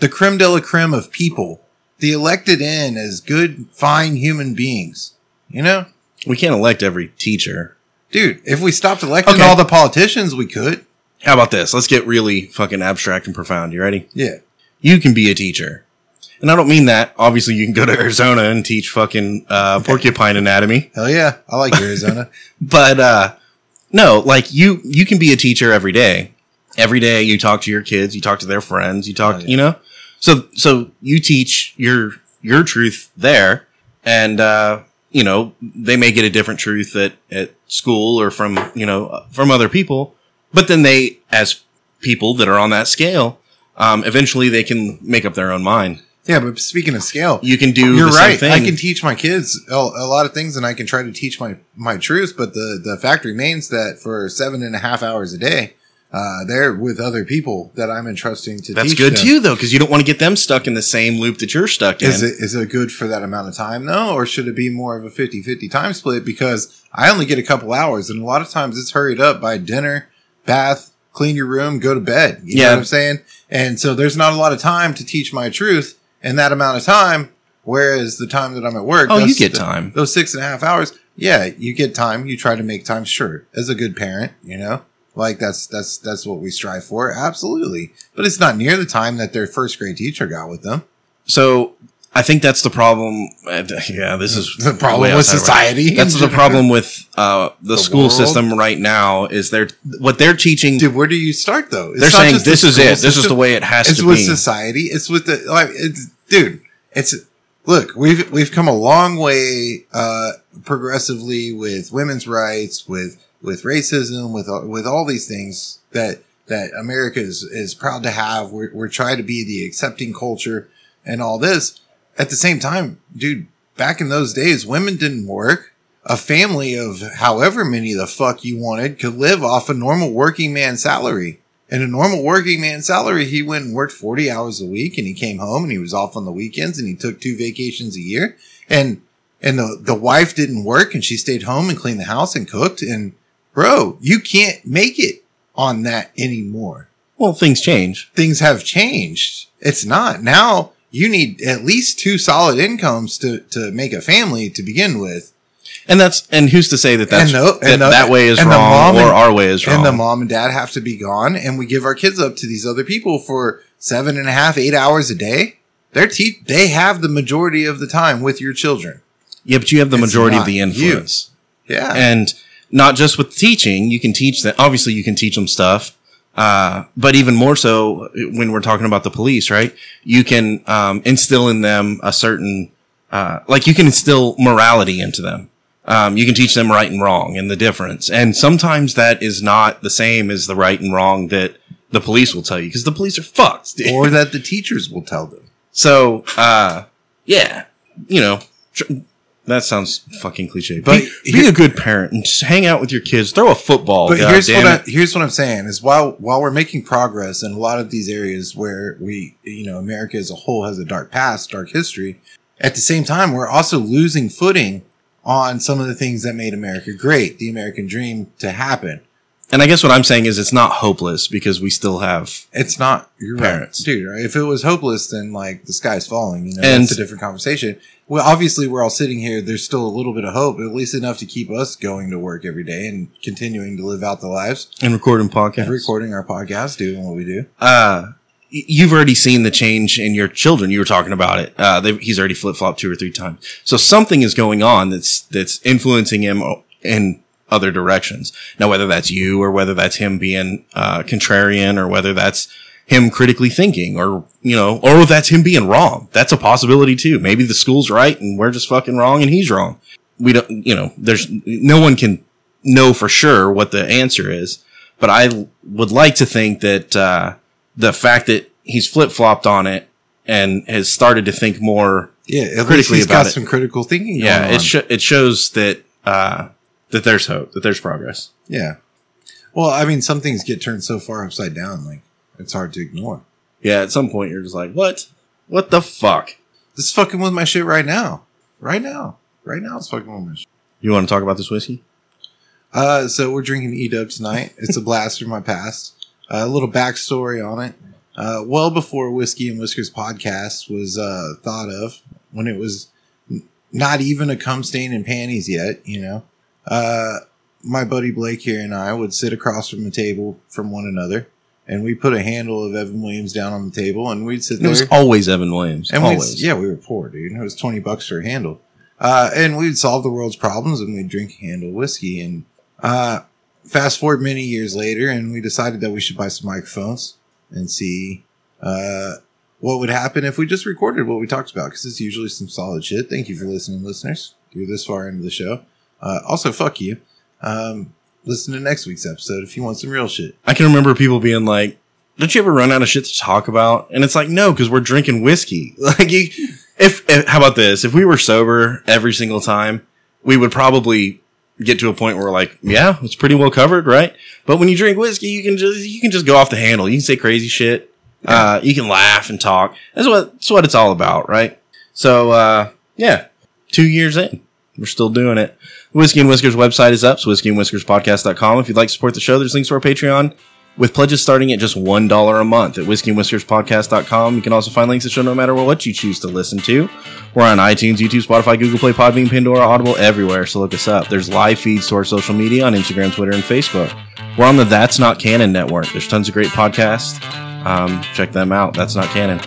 The creme de la creme of people, the elected in as good, fine human beings. You know, We can't elect every teacher. dude, if we stopped electing Okay. all the politicians, we could. How about this? Let's get really fucking abstract and profound. You ready? Yeah. You can be a teacher. And I don't mean that. Obviously, you can go to Arizona and teach fucking uh, porcupine anatomy. Hell yeah. I like <laughs> Arizona. But uh, no, like you, you can be a teacher every day. Every day you talk to your kids, you talk to their friends, you talk, Oh, yeah. you know. So, so you teach your your truth there, and uh, you know they may get a different truth at at school or from you know from other people. But then they, as people that are on that scale, um, eventually they can make up their own mind. yeah. But speaking of scale, You can do You're the right. same I thing. can teach my kids a, a lot of things, and I can try to teach my my truths. But the the fact remains that for seven and a half hours a day, uh, they're with other people that I'm entrusting to. That's teach good them. too, though, because you don't want to get them stuck in the same loop that you're stuck in. Is it is it good for that amount of time though, or should it be more of a 50-50 time split? Because I only get a couple hours, and a lot of times it's hurried up by dinner, bath, clean your room, go to bed. You know Yeah. what I'm saying? And so there's not a lot of time to teach my truth in that amount of time. Whereas the time that I'm at work, Oh, you that's get the- time. those six and a half hours yeah you get time you try to make time sure as a good parent you know like that's that's that's what we strive for absolutely but it's not near the time that their first grade teacher got with them So I think that's the problem. uh, <laughs> Yeah, this is the problem way with outside of- society That's the problem with uh, the, The school world. system right now. Is they're what they're teaching. dude where do you start though It's they're not saying just the this is school it. This is system. the way it has it's to with be. society it's with the like it's dude it's look we've we've come a long way uh progressively with women's rights with with racism with all- with all these things that that america is is proud to have we're, we're trying to be the accepting culture and all this at the same time dude back in those days women didn't work a family of however many the fuck you wanted could live off a normal working man's salary and a normal working man's salary, he went and worked 40 hours a week and he came home and he was off on the weekends and he took two vacations a year. And, and the, the wife didn't work and she stayed home and cleaned the house and cooked. And bro, you can't make it on that anymore. well, things change. Things have changed. It's not now you need at least two solid incomes to, to make a family to begin with. And that's and who's to say that that's And the- that, and the- that way is and the wrong mom or and- our way is wrong. and the mom and dad have to be gone and we give our kids up to these other people for seven and a half eight hours a day they're te- they have the majority of the time with your children yeah, but you have the It's majority not of the you. influence. yeah and not just with teaching you can teach them obviously you can teach them stuff uh, but even more so when we're talking about the police right you can um, instill in them a certain uh, like you can instill morality into them um, you can teach them right and wrong and the difference and sometimes that is not the same as the right and wrong that the police will tell you because the police are fucked dude. <laughs> or that the teachers will tell them so uh, yeah you know tr- that sounds fucking cliche but But be, be a good parent and just hang out with your kids throw a football but Oh, God here's damn what I, it. here's what i'm saying is while while we're making progress in a lot of these areas where we you know america as a whole has a dark past dark history at the same time we're also losing footing on some of the things that made america great the american dream to happen and i guess what i'm saying is it's not hopeless because we still have It's not your Parents. parents, dude. Right? If it was hopeless, then like the sky's falling. You know, And- it's a different conversation. Well, obviously, we're all sitting here. There's still a little bit of hope, at least enough to keep us going to work every day and continuing to live out the lives, and recording podcasts recording our podcast, doing what we do. uh, y- you've already seen the change in your children you were talking about it uh, they've- he's already flip-flopped two or three times so something is going on that's that's influencing him o- in other directions now whether that's you or whether that's him being uh, contrarian or whether that's him critically thinking or you know or that's him being wrong that's a possibility too maybe the school's right and we're just fucking wrong and he's wrong we don't you know there's no one can know for sure what the answer is but i l- would like to think that uh, the fact that he's flip-flopped on it and has started to think more Yeah, at least Critically he's about got it. some critical thinking. yeah going it, on. sh- it shows that uh, that there's hope that there's progress yeah. Well, I mean, some things get turned so far upside down, like it's hard to ignore. yeah at some point you're just like what what the fuck This is fucking with my shit right now, right now, right now. It's fucking with my shit. you want to talk about this whiskey Uh, so we're drinking E Dub tonight. It's a blast from my past. Uh, a little backstory on it. uh, well before Whiskey and Whiskers podcast was uh, thought of, when it was n- not even a cum stain in panties yet, you know. Uh, my buddy Blake here and I would sit across from the table from one another, and we put a handle of Evan Williams down on the table, and we'd sit It there. was always Evan Williams. And we, always. yeah, we were poor, dude. It was twenty bucks for a handle, uh, and we'd solve the world's problems, and we'd drink handle whiskey. And uh, fast forward many years later, and we decided that we should buy some microphones and see uh, what would happen if we just recorded what we talked about, because it's usually some solid shit. Thank you for listening, listeners. If you're this far into the show, uh, also fuck you. Um, listen to next week's episode if you want some real shit. I can remember people being like, "Don't you ever run out of shit to talk about?" And it's like, no, because we're drinking whiskey. <laughs> Like, you, if, if how about this? If we were sober every single time, we would probably get to a point where we're like, yeah, it's pretty well covered, right? But when you drink whiskey, you can just you can just go off the handle. You can say crazy shit. Uh, you can laugh and talk. That's what that's what it's all about, right? So uh, yeah, two years in, we're still doing it. Whiskey and Whiskers website is up, so whiskey and whiskers podcast.com. If you'd like to support the show, there's links to our Patreon with pledges starting at just $1 a month at whiskey and whiskers podcast.com. You can also find links to the show no matter what you choose to listen to. We're on iTunes, YouTube, Spotify, Google Play, Podbean, Pandora, Audible, everywhere, so look us up. There's live feeds to our social media on Instagram, Twitter, and Facebook. We're on the That's Not Canon network. There's tons of great podcasts. Um, check them out. That's Not Canon.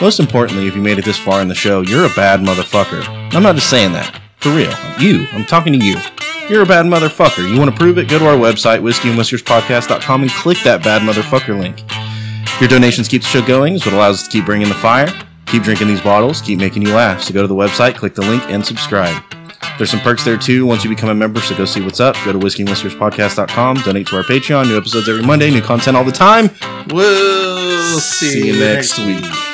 Most importantly, if you made it this far in the show, you're a bad motherfucker. I'm not just saying that. For real. You. I'm talking to you. You're a bad motherfucker. You want to prove it? Go to our website, whiskeyandwhiskerspodcast.com, and click that bad motherfucker link. Your donations keep the show going, is what allows us to keep bringing the fire, keep drinking these bottles, keep making you laugh. So go to the website, click the link, and subscribe. There's some perks there too once you become a member, so go see what's up. Go to whiskeyandwhiskerspodcast.com, donate to our Patreon, new episodes every Monday, new content all the time. We'll See you next week.